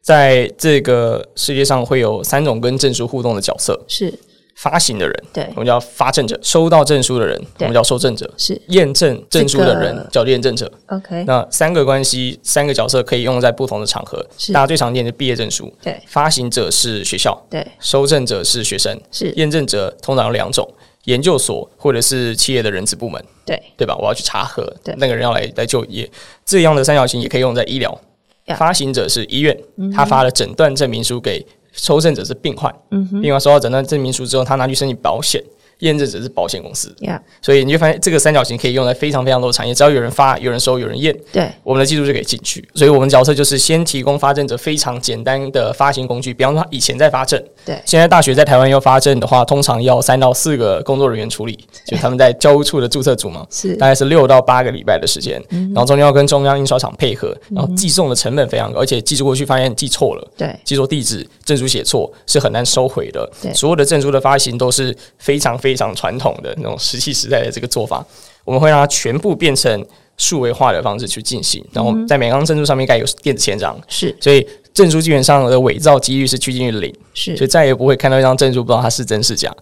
S2: 在这个世界上会有三种跟证书互动的角色：
S1: 是
S2: 发行的人，
S1: 对
S2: 我，们叫发证者；收到证书的人，我
S1: 对
S2: 们叫收证者；
S1: 是
S2: 验证证书的人
S1: 这个嗯
S2: 叫验证者。
S1: OK，
S2: 那三个关系，三个角色可以用在不同的场合。
S1: 是
S2: 大家最常见的毕业证书，
S1: 对
S2: 发行者是学校，
S1: 对
S2: 收证者是学生，
S1: 是，
S2: 验证者通常有两种，研究所或者是企业的人资部门，
S1: 对
S2: 对吧？我要去查核
S1: 对，
S2: 那个人要来来就业，这样的三角形也可以用在医疗。
S1: Yeah
S2: 发行者是医院，他发了诊断证明书给收证者是病患，
S1: 嗯
S2: 病患收到诊断证明书之后，他拿去申请保险，验证者是保险公司，
S1: 呀，
S2: 所以你就发现这个三角形可以用在非常非常多的产业，只要有人发、有人收、有人验，
S1: 对
S2: 我们的技术就可以进去。所以我们角色就是先提供发证者非常简单的发行工具，比方说他以前在发证，
S1: 对
S2: 现在大学在台湾要发证的话，通常要三到四个工作人员处理，就他们在教务处的注册组嘛，
S1: 是 嗯
S2: 大概是六到八个礼拜的时间，然后中间要跟中央印刷厂配合，然后寄送的成本非常高，而且寄出过去发现寄错了。
S1: 对
S2: 寄错地址、证书写错是很难收回的
S1: 对。
S2: 所有的证书的发行都是非常非常传统的那种石器时代的这个做法，我们会让它全部变成数位化的方式去进行，然后在每张证书上面盖有电子签章，
S1: 是
S2: 所以证书基本上的伪造几率是趋近于零。所以
S1: 是嗯
S2: 再也不会看到一张证书不知道它是真是假，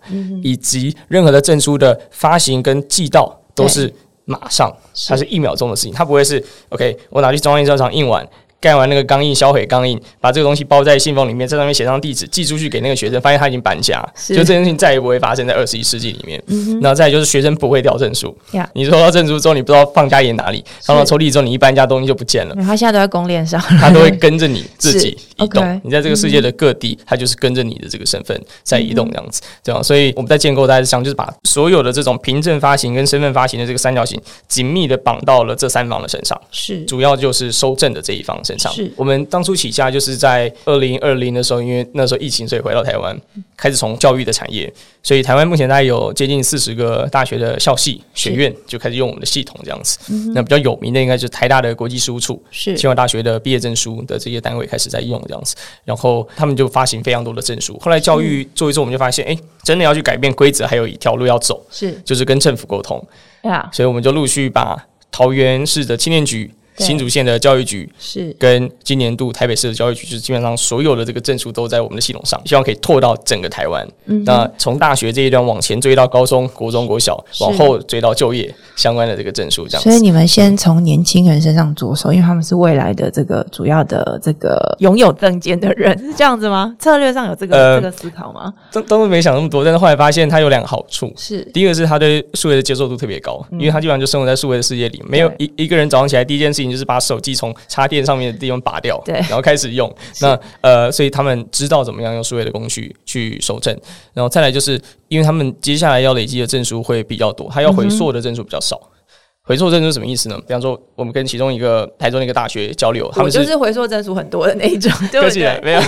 S2: 以及任何的证书的发行跟寄到都是马上，
S1: 是
S2: 它是一秒钟的事情，它不会是 OK，我拿去中央印刷厂印完。盖完那个钢印，销毁钢印，把这个东西包在信封里面，在上面写上地址，寄出去给那个学生，发现他已经搬家，
S1: 是嗯
S2: 就这件事情再也不会发生在二十一世纪里面。然后再来就是学生不会掉证书
S1: 呀
S2: 你收到证书之后，你不知道放家里哪里，放到抽屉之后，你一搬家东西就不见了。
S1: 然后他现在都在公链上，
S2: 它都会跟着你自
S1: 是
S2: 己移动。
S1: OK 嗯
S2: 你在这个世界的各地，它就是跟着你的这个身份在移动这样子，对吧？所以我们在建构大致上就是把所有的这种凭证发行跟身份发行的这个三角形紧密的绑到了这三方的身上。
S1: 是
S2: 主要就是收证的这一方身上
S1: 是。
S2: 我们当初起家就是在二零二零的时候，因为那时候疫情，所以回到台湾，开始从教育的产业，所以台湾目前大概有接近四十个大学的校系学院就开始用我们的系统这样子。
S1: 嗯
S2: 那比较有名的应该就是台大的国际事务处，
S1: 是
S2: 清华大学的毕业证书的这些单位开始在用这样子，然后他们就发行非常多的证书。后来教
S1: 嗯
S2: 育做一做，我们就发现，哎、真的要去改变规则，还有一条路要走，
S1: 是
S2: 就是跟政府沟通。
S1: 呀
S2: 所以我们就陆续把桃园市的青年局、
S1: 对
S2: 新竹县的教育局
S1: 是
S2: 跟今年度台北市的教育局，就是基本上所有的这个证书都在我们的系统上，希望可以拓到整个台湾。
S1: 嗯
S2: 那从大学这一段往前追到高中、国中、国小，
S1: 是
S2: 往后追到就业相关的这个证书，这样
S1: 所以
S2: 子。
S1: 你们先从年轻人身上着手，因为他们是未来的这个主要的这个拥有证件的人，是这样子吗？策略上有这个、
S2: 呃
S1: 这个思考吗？
S2: 当当时没想那么多，但是后来发现它有两个好处。
S1: 是
S2: 第一个是他对数位的接受度特别高，
S3: 嗯
S2: 因为他基本上就生活在数位的世界里，没有一一个人早上起来第一件事情就是把手机从插电上面的地方拔掉，
S1: 对
S2: 然后开始 用。那呃，所以他们知道怎么样用数位的工具去收证，然后
S3: 嗯
S2: 再来就是因为他们接下来要累积的证书会比较多，他要回溯的证书比较少。回溯证是什么意思呢？比方说，我们跟其中一个台中的一个大学交流，他
S3: 我
S2: 们
S3: 就是是回溯证书很多的那一 种，对
S2: 客
S3: 不
S2: 气了
S3: 对？
S2: 没有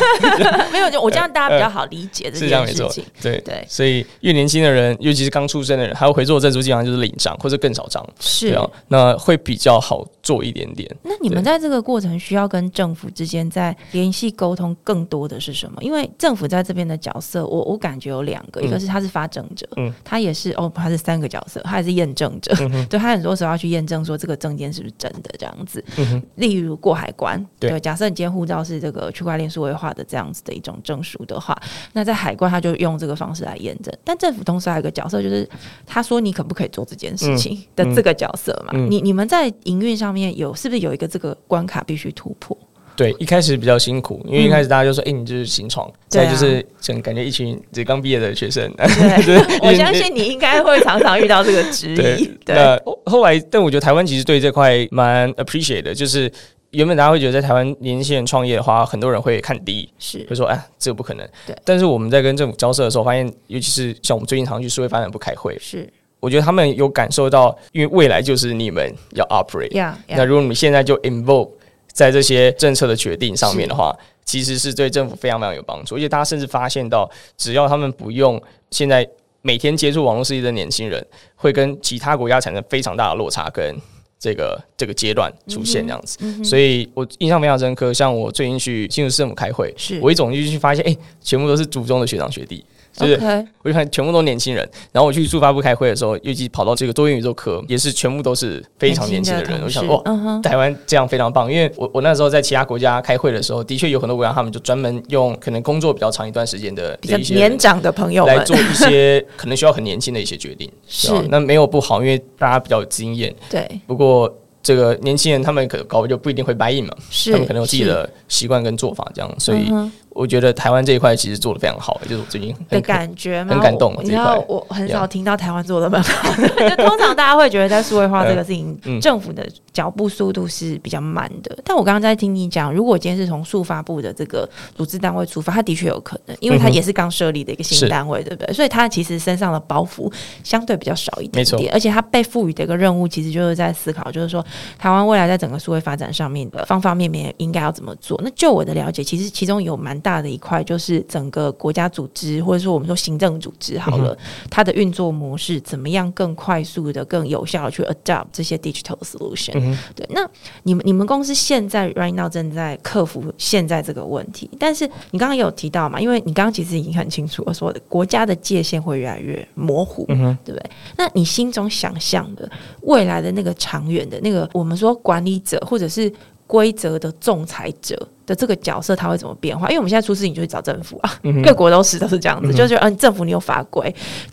S3: 没有，就我这样大家比较好理解这
S2: 是这样
S3: 件
S2: 没
S3: 事
S2: 错
S3: 情。，
S2: 对
S3: 对
S2: 所以越年轻的人，尤其是刚出生的人，他回溯证书基本上就是领章或者更少章，对
S1: 是
S2: 啊，那会比较好做一点点。
S1: 那你们
S2: 对
S1: 在这个过程需要跟政府之间在联系沟通更多的是什么？因为政府在这边的角色，我我感觉有两个，
S2: 嗯
S1: 一个是他是发证者，
S2: 嗯
S1: 他也是哦，他是三个角色，他也是验证者， 对他很多时候要去验证说这个证件是不是真的这样子。
S2: 嗯哼
S1: 例如过海关，
S2: 对
S1: 假设你今天护照是这个区块链数位化的这样子的一种证书的话，那在海关他就用这个方式来验证。但政府同时还有一个角色，就是他说你可不可以做这件事情的这个角色嘛？
S2: 嗯嗯嗯
S1: 你你们在营运上面有是不是有一个这个关卡必须突 破？
S2: 对，一开始比较辛苦，因为一开始大家就说：“哎、你就是新创。”
S1: 对啊
S2: 再就是整感觉一群这刚毕业的学生，
S3: 对， 我
S2: 因为
S3: 相信你应该会常常遇到这个质疑。对，
S2: 那后后来，但我觉得台湾其实对这块蛮 appreciate 的，就是原本大家会觉得在台湾年轻人创业的话，很多人会看低，
S1: 是
S2: 会说哎，这个不可能。
S1: 对
S2: 但是我们在跟政府交涉的时候，发现，尤其是像我们最近常去社会发展部开会，
S1: 是
S2: 我觉得他们有感受到，因为未来就是你们要 operate，
S1: 呀
S2: 那
S1: 呀，
S2: 如果你们现在就 involve 在这些政策的决定上面的话，其实是对政府非常非常有帮助。而且大家甚至发现到，只要他们不用现在每天接触网络世界的年轻人，会跟其他国家产生非常大的落差跟。这个这个阶段出现这样子，所以我印象非常深刻。像我最近去新竹市政府开会，
S1: 是
S2: 我一走进去发现，哎、全部都是祖宗的学长学弟，就是
S1: OK
S2: 我就看全部都年轻人。然后我去驻发部开会的时候，尤其跑到这个多元宇宙科，也是全部都是非常年轻的人。
S1: 同
S2: 我想哦
S1: 事
S2: 哇，
S1: 嗯哼，
S2: 台湾这样非常棒，因为我我那时候在其他国家开会的时候，的确有很多国家他们就专门用可能工作比较长一段时间的
S3: 比较
S2: 的一些
S3: 年
S2: 人
S3: 长的朋友
S2: 来
S3: 们，
S2: 做一些可能需要很年轻的一些 决定，
S1: 是
S2: 对吧那没有不好，因为大家比较有经验。
S1: 对
S2: 不过这个年轻人他们可能搞不就不一定会 buy in 嘛，
S1: 是，
S2: 他们可能有自己
S1: 是
S2: 的习惯跟做法这样，所以
S1: 嗯哼
S2: 我觉得台湾这一块其实做的非常好，就是我最近
S1: 的
S2: 很
S1: 感觉吗？
S2: 很感动
S1: 我
S2: 啊
S1: 你
S2: 这
S1: 知
S2: 一
S1: 道
S2: 块，
S1: 我很
S2: Yeah
S1: 少听到台湾做的蛮好的， 就通常大家会觉得在数位化这个事情，
S2: 嗯嗯
S1: 政府的脚步速度是比较慢的。但我刚刚在听你讲，如果今天是从数发部的这个组织单位出发，它的确有可能，因为它
S2: 嗯哼
S1: 也是刚设立的一个新
S2: 是
S1: 单位，对不对？所以它其实身上的包袱相对比较少一点
S2: 没错
S1: 点，而且它被赋予的一个任务，其实就是在思考，就是说台湾未来在整个数位发展上面的方方面面应该要怎么做？那就我的了解，其实其中有蛮大的一块就是整个国家组织或者说我们说行政组织好
S2: 嗯
S1: 了，它的运作模式怎么样更快速的、更有效的去 adopt 这些 digital solution。对，
S2: 嗯
S1: 那你们你们公司现在 right now 正在克服现在这个问题，但是你刚刚有提到嘛，因为你刚刚其实已经很清楚了说国家的界限会越来越模糊，
S2: 嗯
S1: 对不对？那你心中想象的未来的那个长远的那个，我们说管理者或者是规则的仲裁者的这个角色，他会怎么变化？因为我们现在出事情就去找政府啊，各国都是都是这样子，就是嗯、呃政府你有法规，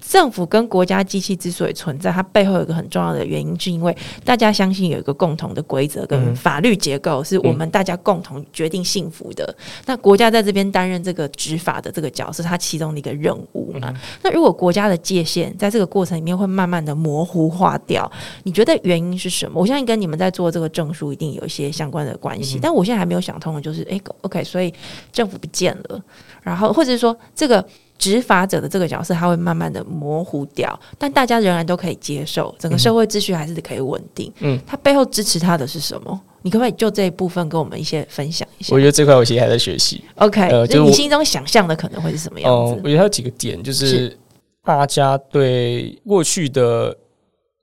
S1: 政府跟国家机器之所以存在，它背后有一个很重要的原因，是因为大家相信有一个共同的规则跟法律结构，是我们大家共同决定幸福的。那国家在这边担任这个执法的这个角色，它其中的一个任务嘛。那如果国家的界限在这个过程里面会慢慢的模糊化掉，你觉得原因是什么？我相信跟你们在做这个证书一定有一些相关的关系，但我现在还没有想通的就是，诶 o k 所以政府不见了，然后或者是说这个执法者的这个角色，他会慢慢的模糊掉，但大家仍然都可以接受，整个社会秩序还是可以稳定。嗯
S2: 嗯，
S1: 他背后支持他的是什么？你可不可以就这一部分跟我们一些分享一下
S2: 我觉得这块我其实还在学习，
S1: ？OK，、
S2: 呃
S1: 就是
S2: 就
S1: 你
S2: 我
S1: 心中想象的可能会是什么样
S2: 哦，
S1: 子？
S2: 我觉得还有几个点，就是
S1: 是
S2: 大家对过去的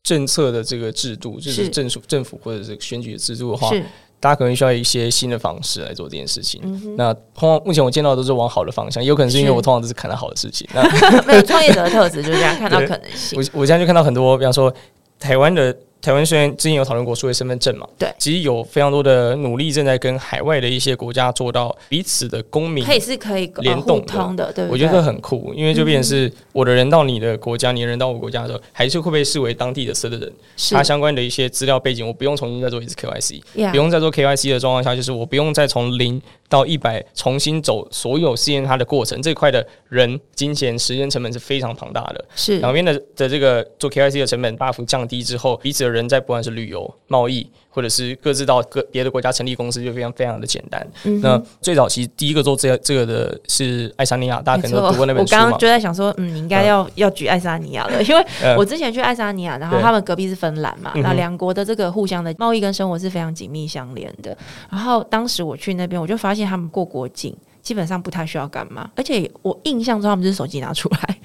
S2: 政策的这个制度，就是
S1: 是
S2: 政府政府或者是选举的制度的话，
S1: 是嗯
S2: 大家可能需要一些新的方式来做这件事情。那通常目前我见到的都是往好的方向，也有可能是因为
S1: 是
S2: 我通常都是看到好的事情。 那
S1: 没有创业者的特质，就是这样看到
S2: 对
S1: 可能性
S2: 我。我现在就看到很多，比方说台湾的台湾虽然之前有讨论过数位身份证嘛，
S1: 对
S2: 其实有非常多的努力正在跟海外的一些国家做到彼此的公民
S1: 可以是可以、呃、
S2: 联
S1: 互
S2: 动的
S1: 通的，对不对？嗯
S2: 我觉得很酷，因为就变成是我的人到你的国家，你的人到我国家的时候，还是会被视为当地的 citizen。
S1: 是啊
S2: 它相关的一些资料背景，我不用重新再做一次 KYC，
S1: 呀
S2: 不用再做 KYC 的状况下，就是我不用再从零到一百重新走所有试验它的过程。这块的人、金钱、时间成本是非常庞大的。
S1: 是
S2: 两边的的这个做 KYC 的成本大幅降低之后，彼此的人在不管是旅游、贸易，或者是各自到各别的国家成立公司，就非常非常的简单。
S1: 嗯
S2: 那最早其实第一个做这这个的是爱沙尼亚，大家可能都读过那
S1: 我
S2: 本书
S1: 刚
S2: 嘛
S1: 刚就。在想说，嗯，你应该要、要举爱沙尼亚了，因 为
S2: 嗯
S1: 我之前去爱沙尼亚，然后
S2: 对
S1: 他们隔壁是芬兰嘛，
S2: 嗯哼
S1: 那两国的这个互相的贸易跟生活是非常紧密相连的。然后当时我去那边，我就发现他们过国境。基本上不太需要干嘛，而且我印象中他们就是手机拿出来，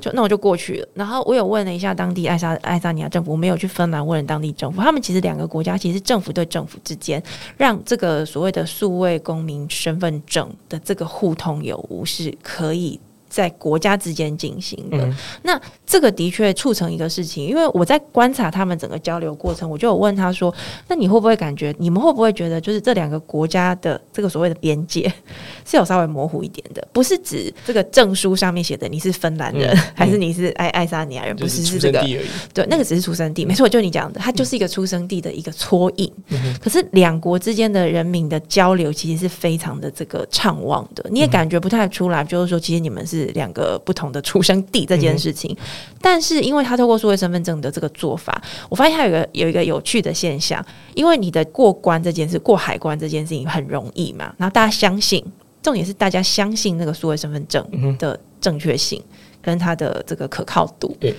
S1: 就那我就过去了。然后我有问了一下当地爱沙爱沙尼亚政府，我没有去芬兰问当地政府，他们其实两个国家其实政府对政府之间让这个所谓的数位公民身份证的这个互通有无是可以。在国家之间进行的，
S2: 嗯
S1: 那这个的确促成一个事情，因为我在观察他们整个交流过程，我就有问他说：“那你会不会感觉，你们会不会觉得，就是这两个国家的这个所谓的边界是有稍微模糊一点的？不是指这个证书上面写的你是芬兰人，
S2: 嗯
S1: 还是你是爱爱沙尼亚人，
S2: 就
S1: 不是
S2: 是
S1: 是
S2: 出
S1: 这
S2: 生
S1: 个
S2: 地而已，
S1: 对，那个只是出生地，没错，就你讲的，它就是一个出生地的一个缩影。可是两国之间的人民的交流其实是非常的这个畅旺的，你也感觉不太出来，就是说其实你们是两个不同的出生地这件事情。但是因为他透过数位身份证的这个做法，我发现它有一个有一个有趣的现象，因为你的过关这件事、过海关这件事情很容易嘛，然后大家相信，重点是大家相信那个数位身份证的正确性跟它的这个可靠度。
S2: 对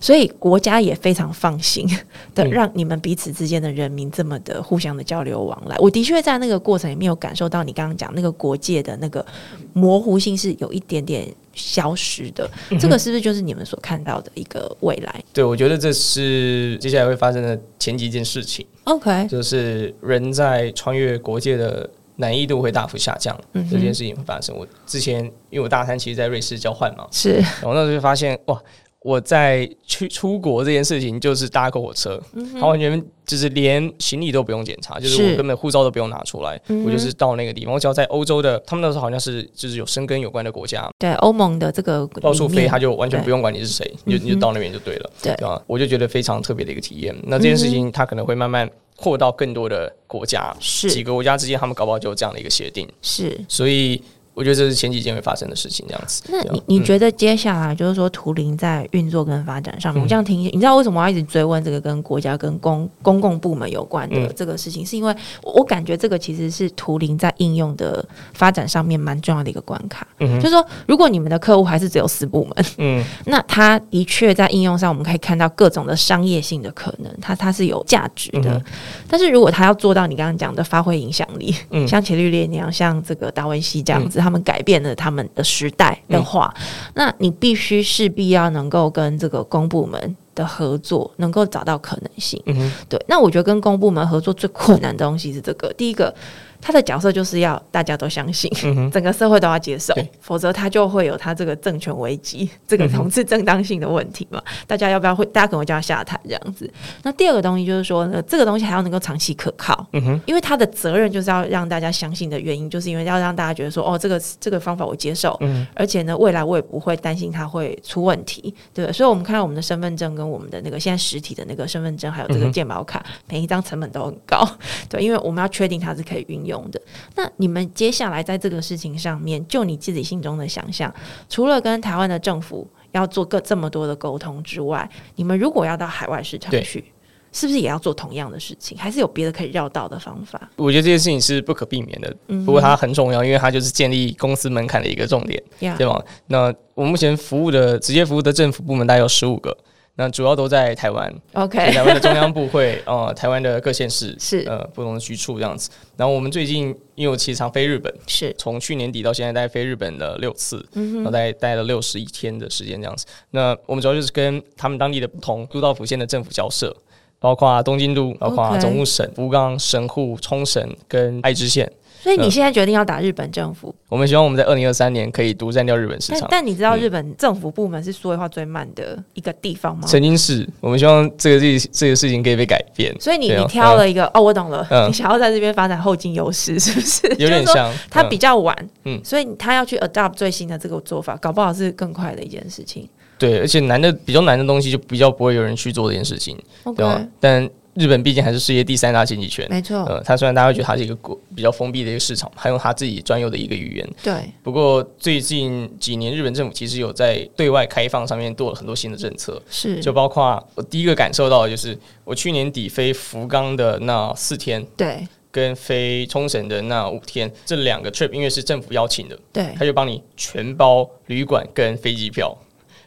S1: 所以国家也非常放心的
S2: 嗯
S1: 让你们彼此之间的人民这么的互相的交流往来。我的确在那个过程里面有感受到你刚刚讲那个国界的那个模糊性是有一点点消失的。
S2: 嗯
S1: 这个是不是就是你们所看到的一个未来
S2: 对，我觉得这是接下来会发生的前几件事情，
S1: ？OK，
S2: 就是人在穿越国界的难易度会大幅下降，
S1: 嗯哼
S2: 这件事情会发生。我之前因为我大三其实在瑞士交换嘛，
S1: 是
S2: 然后那时候就发现哇，我在去出国这件事情就是搭个火车，他完全就是连行李都不用检查，就
S1: 嗯
S2: 是
S1: 是嗯
S2: 我根本护照都不用拿出来，我就是到那个地方，我只要在欧洲的，他们那时候好像是就是有生根有关的国家，
S1: 对欧盟的这个
S2: 到处
S1: 里
S2: 飞，
S1: 面
S2: 他就完全
S1: 嗯对嗯
S2: 不用管你是谁，你就你就到那边就对了，
S1: 对嗯
S2: 啊，我就觉得非常特别的一个体验。那这件事情它可能会慢慢扩到更多的国家，几
S1: 是
S2: 个国家之间他们搞不好就有这样的一个协定，
S1: 是。
S2: 所以我觉得这是前几天会发生的事情，这样子。
S1: 那
S2: 对啊
S1: 你你觉得接下来就是说图灵在运作跟发展上面，我这样听，你知道为什么我要一直追问这个跟国家跟公公共部门有关的
S2: 嗯
S1: 这个事情，是因为我我感觉这个其实是图灵在应用的发展上面蛮重要的一个关卡。就是说，如果你们的客户还是只有四部门，
S2: 嗯，
S1: 那它的确在应用上我们可以看到各种的商业性的可能，它它是有价值的。
S2: 嗯
S1: 但是如果他要做到你刚刚讲的发挥影响力，
S2: 嗯
S1: 像伽利略那样，啊像这个达文西这样子，他们改变了他们的时代的话，那你必须势必要能够跟这个公部门。的合作能够找到可能性，
S2: 嗯哼
S1: 对。那我觉得跟公部门合作最困难的东西是这个，第一个，他的角色就是要大家都相信，
S2: 嗯哼
S1: 整个社会都要接受
S2: 对，
S1: 否则他就会有他这个政权危机，这个
S2: 嗯哼
S1: 统治正当性的问题嘛。大家要不要会？大家可能会叫他下台这样子。那第二个东西就是说呢，这个东西还要能够长期可靠，
S2: 嗯哼，
S1: 因为他的责任就是要让大家相信的原因，就是因为要让大家觉得说，哦，这个这个方法我接受，
S2: 嗯
S1: 而且呢，未来我也不会担心它会出问题，对不对所以，我们看到我们的身份证跟我们的那个现在实体的那个身份证，还有这
S2: 嗯
S1: 个健保卡，每一张成本都很高， 对，因为我们要确定它是可以运用的。那你们接下来在这个事情上面，就你自己心中的想象，除了跟台湾的政府要做个这么多的沟通之外，你们如果要到海外市场
S2: 对
S1: 去，是不是也要做同样的事情？还是有别的可以绕道的方法？
S2: 我觉得这件事情是不可避免的，不过它很重要，因为它就是建立公司门槛的一个重点，
S1: 呀、
S2: 对吗？那我目前服务的直接服务的政府部门大概有十五个，那主要都在台湾，
S1: o
S2: 就
S1: k
S2: 台湾的中央部会，呃，台湾的各县市
S1: 是
S2: 呃不同的局处这样子。然后我们最近因为我其实常飞日本，
S1: 是
S2: 从去年底到现在，大概飞日本了六次，
S1: 嗯
S2: 然后大概待了六十一天的时间这样子。那我们主要就是跟他们当地的不同都道府县的政府交涉，包括东京都，包括
S1: OK
S2: 总务省、福冈、神户、冲绳跟爱知县。
S1: 所以你现在决定要打日本政府，
S2: 我们希望我们在二零二三年可以独占掉日本市
S1: 但
S2: 场。
S1: 但你知道
S2: 嗯
S1: 日本政府部门是说话最慢的一个地方吗？
S2: 曾经是我们希望这个这这个事情可以被改变，
S1: 所以你
S2: 对啊
S1: 你挑了一个哦，我懂了，
S2: 嗯
S1: 你想要在这边发展后进优势，是不是？
S2: 有点
S1: 就是说
S2: 像
S1: 他
S2: 嗯
S1: 比较晚，
S2: 嗯
S1: 所以他要去 adopt 最新的这个做法，搞不好是更快的一件事情。
S2: 对，而且难的比较难的东西就比较不会有人去做这件事情。
S1: OK，
S2: 对吧？但日本毕竟还是世界第三大经济圈，
S1: 没错，
S2: 呃，它虽然大家会觉得它是一个国比较封闭的一个市场，还有它自己专有的一个语言。
S1: 对，
S2: 不过最近几年，日本政府其实有在对外开放上面做了很多新的政策，
S1: 是，
S2: 就包括我第一个感受到的就是，我去年底飞福冈的那四天，
S1: 对
S2: 跟飞冲绳的那五天，这两个 trip 因为是政府邀请的，
S1: 对
S2: 他就帮你全包旅馆跟飞机票。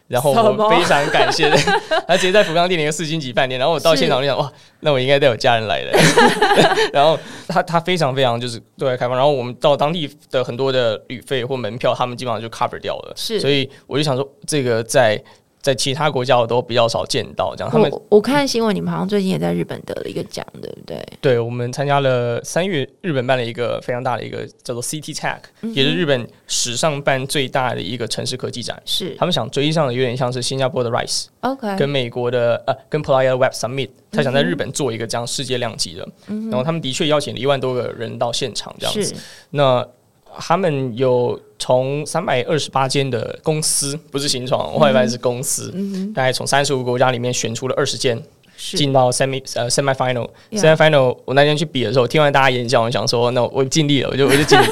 S2: 然后
S1: 什么
S2: 我非常 感谢的，他直接在福冈订了一个四星级饭店，然后我到
S1: 是
S2: 现场就想，哇，那我应该带我家人 来的。然后他他非常非常就是对外开放，然后我们到当地的很多的旅费或门票，他们基本上就 cover 掉了。
S1: 是
S2: 所以我就想说，这个在在其他国家我都比较少见到，这样他们
S1: 我我看新闻，你们好像最近也在日本得了一个奖，对不对？
S2: 对，我们参加了三月日本办了一个非常大的一个叫做 CT Tech，、也
S1: 嗯
S2: 是日本史上办最大的一个城市科技展。
S1: 是
S2: 他们想追上的有点像是新加坡的 Rise，、
S1: ，OK，
S2: 跟美国的呃跟 Playa Web Summit，
S1: 嗯
S2: 他想在日本做一个这样世界量级的。然后他们的确邀请了一万多个人到现场这样子。
S1: 是
S2: 那他们有从三百二十八间的公司，不是新
S1: 嗯
S2: 创，我后来发现是公司，大概从三十五个国家里面选出了二十间，
S1: 是
S2: 进到 semi 呃 semi final
S1: Yeah
S2: semi final，我那天去比的时候，听完大家演讲，我想说，那我尽力了，我就 我就尽力，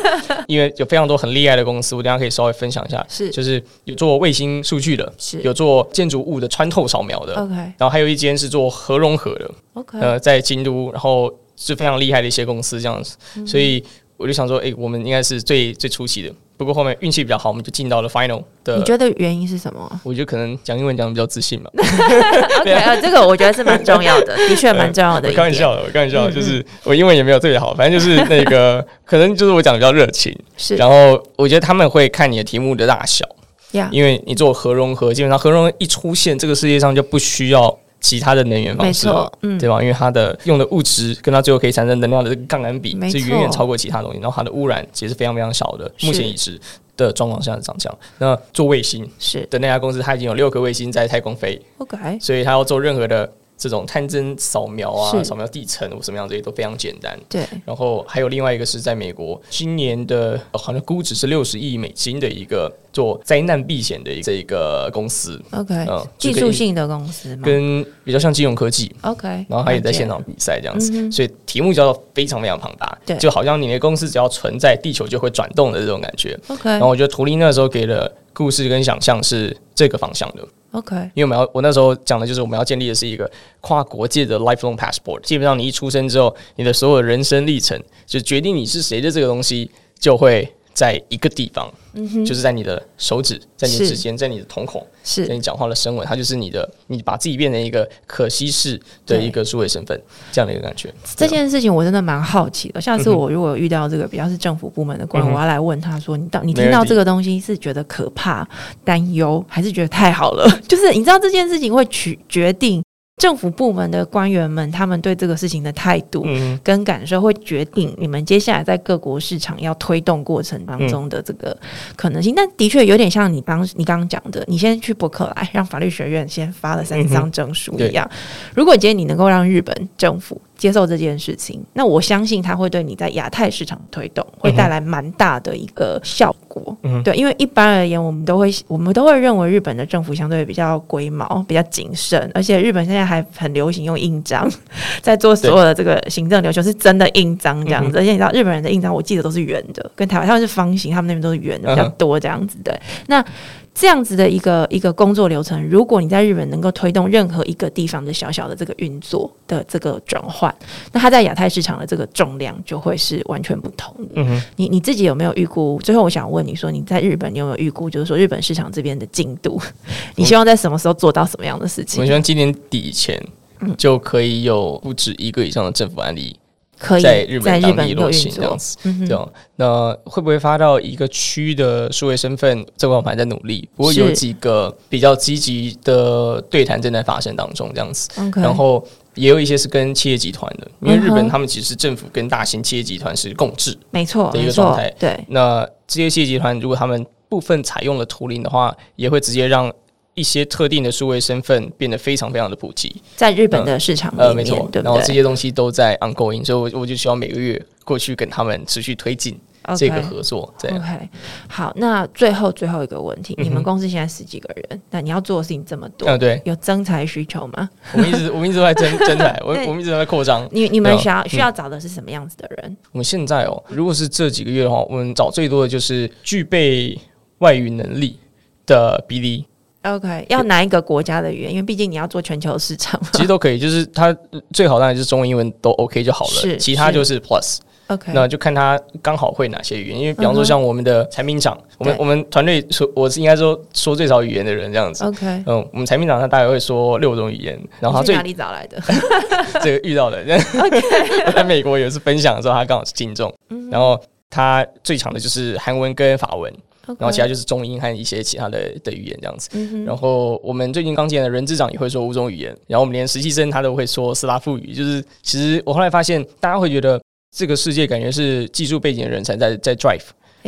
S2: 因为有非常多很厉害的公司，我等一下可以稍微分享一下，
S1: 是
S2: 就是有做卫星数据的，
S1: 是
S2: 有做建筑物的穿透扫描的，
S1: ，OK
S2: 然后还有一间是做核融合的，
S1: OK，
S2: 呃，在京都，然后是非常厉害的一些公司这样子，
S1: 嗯
S2: 所以我就想说，诶，我们应该是最最初期的，不过后面运气比较好，我们就进到了 final
S1: 你
S2: 的。
S1: 觉得原因是什 么
S2: 我觉得可能讲英文讲的比较自信吧，
S1: ？OK，呃，这个我觉得是蛮重要 的，的确蛮重要的
S2: 我
S1: 一
S2: 开玩
S1: 点。嗯
S2: 笑的，我开玩笑的，就是我英文也没有特别好，反正就是那 个，可能就是我讲的比较热情。
S1: 是
S2: 然后我觉得他们会看你的题目的大小，
S1: 呀，
S2: 因为你做核融合，基本上核融合一出现，这个世界上就不需要其他的能源
S1: 没
S2: 方式了
S1: 错。，嗯，
S2: 对吧？因为它的用的物质跟它最后可以产生能量的这个杠杆比
S1: 没
S2: 是
S1: 错
S2: 远远超过其他东西，然后它的污染其实非常非常小的，
S1: 是
S2: 目前已知的状况下是长这样。那做卫星
S1: 是
S2: 的那家公司，它已经有六颗卫星在太空飞，
S1: OK，
S2: 所以他要做任何的这种探针扫描啊、
S1: 是
S2: 扫描地层或什么样这些都非常简单。
S1: 对，
S2: 然后还有另外一个是在美国，今年的呃好像估值是六十亿美金的一个做灾难避险的一个这一个公司，
S1: OK，
S2: 嗯
S1: 技术性的公司嘛
S2: 跟比较像金融科技。
S1: ，OK，
S2: 然后他也在现
S1: 了
S2: 场比赛这样子，所以题目叫做非常非常庞大，
S1: 嗯对
S2: 就好像你的公司只要存在，地球就会转动的这种感觉。
S1: 解 OK
S2: 然后我觉得图灵那时候给的故事跟想象是这个方向的，
S1: OK，
S2: 因为我们要，我那时候讲的就是我们要建立的是一个跨国界的 lifelong passport。基本上你一出生之后，你的所有人生历程就决定你是谁的这个东西，就会在一个地方，
S1: 嗯
S2: 就是在你的手指，在你的
S1: 是
S2: 指尖，在你的瞳孔，在
S1: 是
S2: 你讲话的声纹，它就是你的，你把自己变成一个可稀释的一个数位身份，这样的一个感觉。
S1: 这
S2: 对啊
S1: 件事情我真的蛮好奇的。下次我如果有遇到这个比较是政府部门的官，
S2: 嗯哼
S1: 我要来问他说：“你到你听
S2: 没问
S1: 到
S2: 题
S1: 这个东西是觉得可怕、担忧，还是觉得太好了？” 就是你知道这件事情会取决定政府部门的官员们他们对这个事情的态度。
S2: 嗯，
S1: 跟感受会决定你们接下来在各国市场要推动过程当中的这个可能性。但的确有点像你刚你刚刚讲的，你先去伯克莱让法律学院先发了三
S2: 嗯哼
S1: 张证书
S2: 对
S1: 一样。如果今天你能够让日本政府接受这件事情，那我相信它会对你在亚太市场推动会带来蛮大的一个效果。
S2: 嗯哼
S1: 对，因为一般而言，我们都会我们都会认为日本的政府相对比较龟毛、比较谨慎，而且日本现在还很流行用印章。 在做所有的这个行政流程，是真的印章这样子。而且你知道日本人的印章，我记得都是圆的，跟台湾他们是方形，他们那边都是圆的比较
S2: 嗯哼
S1: 多这样子对，那这样子的一个一个工作流程，如果你在日本能够推动任何一个地方的小小的这个运作的这个转换，那它在亚太市场的这个重量就会是完全不同的。
S2: 嗯哼
S1: 你你自己有没有预估？最后我想问你说，你在日本你有没有预估，就是说日本市场这边的进 度？你希望在什么时候做到什么样的事情
S2: 我？希望今年底前
S1: 嗯
S2: 就可以有不止一个以上的政府案例
S1: 可以
S2: 在日
S1: 在
S2: 本
S1: 日
S2: 当
S1: 本
S2: 地
S1: 有
S2: 落
S1: 运
S2: 实这
S1: 作嗯
S2: 样？子。这样，那会不会发到一个区的数位身份？这个我们还在努力，不过有
S1: 是
S2: 几个比较积极的对谈正在发生当中，这样子。
S1: OK，
S2: 然后也有一些是跟企业集团的，因为日
S1: 嗯
S2: 本
S1: 哼
S2: 他们其实政府跟大型企业集团是共治。
S1: 没错，
S2: 的一个
S1: 没错
S2: 状态
S1: 对，
S2: 那这些企业集团如果他们部分采用了图灵的话，也会直接让一些特定的数位身份变得非常非常的普及。
S1: 在日本的市场
S2: 呃，
S1: 里
S2: 没
S1: 面，
S2: 错，
S1: 对
S2: 然
S1: 不
S2: 后这
S1: 对
S2: 些东西都在 ongoing，所以我我就希望每个月过去跟他们持续推进这个
S1: OK
S2: 合作。对，
S1: OK，好，那最后最后一个问题，你
S2: 嗯哼
S1: 们公司现在十几个人，那你要做的事情这么多，
S2: 嗯，对，
S1: 有增财需求吗？
S2: 我们一直我们一直都在增 增财，我
S1: 对
S2: 我们一直都在扩张。
S1: 你你们
S2: 没有
S1: 想要
S2: 嗯
S1: 需要找的是什么样子的人？
S2: 我们现在哦，如果是这几个月的话，我们找最多的就是具备外语能力的比例，
S1: OK，要哪一个国家的语言？因为毕竟你要做全球市场嘛。
S2: 其实都可以。就是他最好当然就是中文、英文都 OK 就好了，
S1: 是
S2: 其他就是 Plus。
S1: OK，
S2: 那就看他刚好会哪些语言，因为比方
S1: 哎嗯
S2: 说
S1: 哼
S2: 像我们的产品长，我们
S1: 对
S2: 我们团队说我是应该说说最少语言的人这样子。
S1: OK，
S2: 嗯，我们产品长他大概会说六种语言，然后他
S1: 你去
S2: 最
S1: 哪里找来的？
S2: 这个遇 到的， 我在美国有一次分享的时候，他刚好是听众，
S1: 嗯
S2: 然后他最强的就是韩文跟法文，然后其他
S1: 嗯
S2: 就是中英和一些其他的的语言这样子。然后我们最近刚进来的人资长也会说五种语言，然后我们连实习生他都会说斯拉夫语，就是其实我后来发现，大家会觉得这个世界感觉是技术背景的人才在在 drive，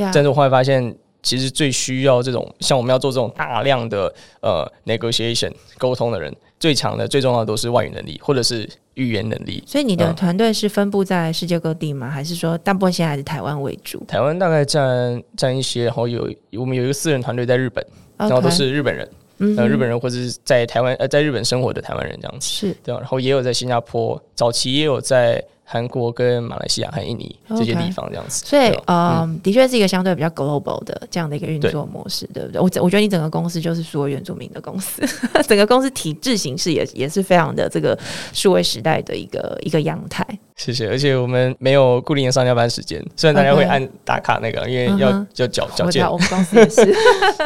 S1: 呀
S2: 但是我后来发现。其实最需要这种像我们要做这种大量的呃 negotiation 沟通的人，最强的、最重要的都是外语能力或者是语言能力。
S1: 所以你的
S2: 嗯
S1: 团队是分布在世界各地吗？还是说大部分现在还是台湾为主
S2: 台湾大概占占一些，然后有我们有一个私人团队在日本，
S1: ？OK？
S2: 然后都是日本人，
S1: 嗯
S2: 呃，
S1: 哼
S2: 日本人或者是在台湾呃在日本生活的台湾人这样子，
S1: 是
S2: 对啊、然后也有在新加坡，早期也有在韩国跟马来西亚和印尼这些
S1: OK
S2: 地方这样子。
S1: 所以
S2: 对，啊
S1: 嗯，的确是一个相对比较 global 的这样的一个运作模式，对不对？我整我觉得你整个公司就是所有原住民的公司， 整个公司体制形式也也是非常的这个数位时代的一个一个样态。
S2: 谢谢。而且我们没有固定的上下班时间，虽然大家会
S1: OK
S2: 按打卡那个，因为
S1: 嗯
S2: 要
S1: 哼
S2: 要缴
S1: 我
S2: 缴
S1: 知
S2: 件
S1: 道，我们公司也 是，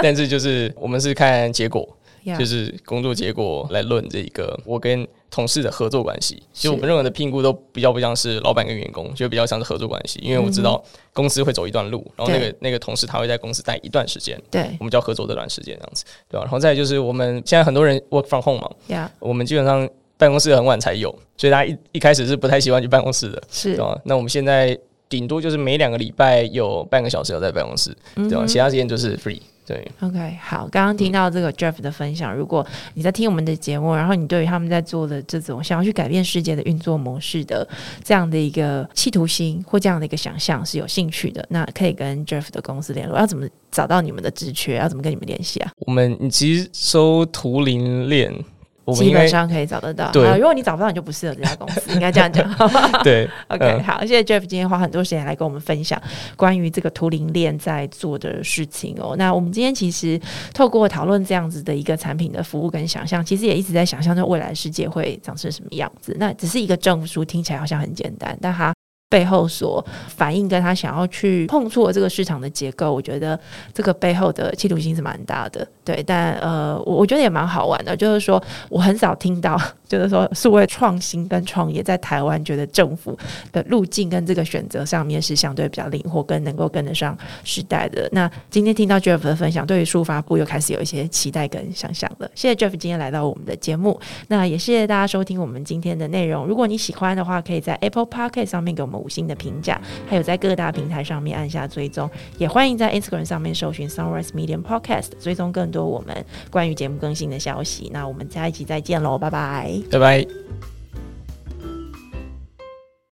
S2: 但是就是我们是看结果，
S1: 呀
S2: 就是工作结果来论这一个我跟同事的合作关系。其
S1: 是
S2: 实我们任何的评估都比较不像是老板跟员工，就比较像是合作关系，因为我知
S1: 嗯
S2: 道公司会走一段路，然后那个那个同事他会在公司待一段时间，
S1: 对
S2: 我们叫合作这段时间这样子，对吧、然后再来就是我们现在很多人 work from home 嘛，
S1: 呀，
S2: 我们基本上办公室很晚才有，所以大家一一开始是不太喜欢去办公室的，
S1: 是
S2: 对吧、那我们现在顶多就是每两个礼拜有半个小时要在办公室，对
S1: 嗯
S2: 吧、其他时间就是 free，对。
S1: OK，好，刚刚听到
S2: 嗯
S1: 这个 Jeff 的分享，如果你在听我们的节目，然后你对于他们在做的这种想要去改变世界的运作模式的这样的一个企图心或这样的一个想象是有兴趣的，那可以跟 Jeff 的公司联络。要怎么找到你们的职缺？要怎么跟你们联系啊？
S2: 我们你其实搜图灵链，我们
S1: 基
S2: 应
S1: 本
S2: 该
S1: 上可以找得到。啊
S2: 对
S1: 好如果你找不到，你就不适合这家公司，应该这样讲。 好不好
S2: 对
S1: OK，、
S2: 嗯
S1: 好，谢谢 Jeff 今天花很多时间来跟我们分享关于这个图灵链在做的事情哦。那我们今天其实透过讨论这样子的一个产品的服务跟想象，其实也一直在想象着未来世界会长成什么样子。那只是一个证书，听起来好像很简单，但它。背后所反映跟他想要去碰触的这个市场的结构，我觉得这个背后的企图心是蛮大的，对。但呃，我我觉得也蛮好玩的，就是说我很少听到， 就是说数位创新跟创业在台湾觉得政府的路径跟这个选择上面是相对比较灵活，跟能够跟得上时代的。那今天听到 Jeff 的分享，对于书发部又开始有一些期待跟想象了。谢谢 Jeff 今天来到我们的节目，那也谢谢大家收听我们今天的内容。如果你喜欢的话，可以在 Apple p o c k e t 上面给我们五星的评价，还有在各大平台上面按下追踪，也欢迎在 Instagram 上面搜寻 Sunrise Medium Podcast，追踪更多我们关于节目更新的消息。那我们下一期再见喽，拜拜。
S2: 拜拜。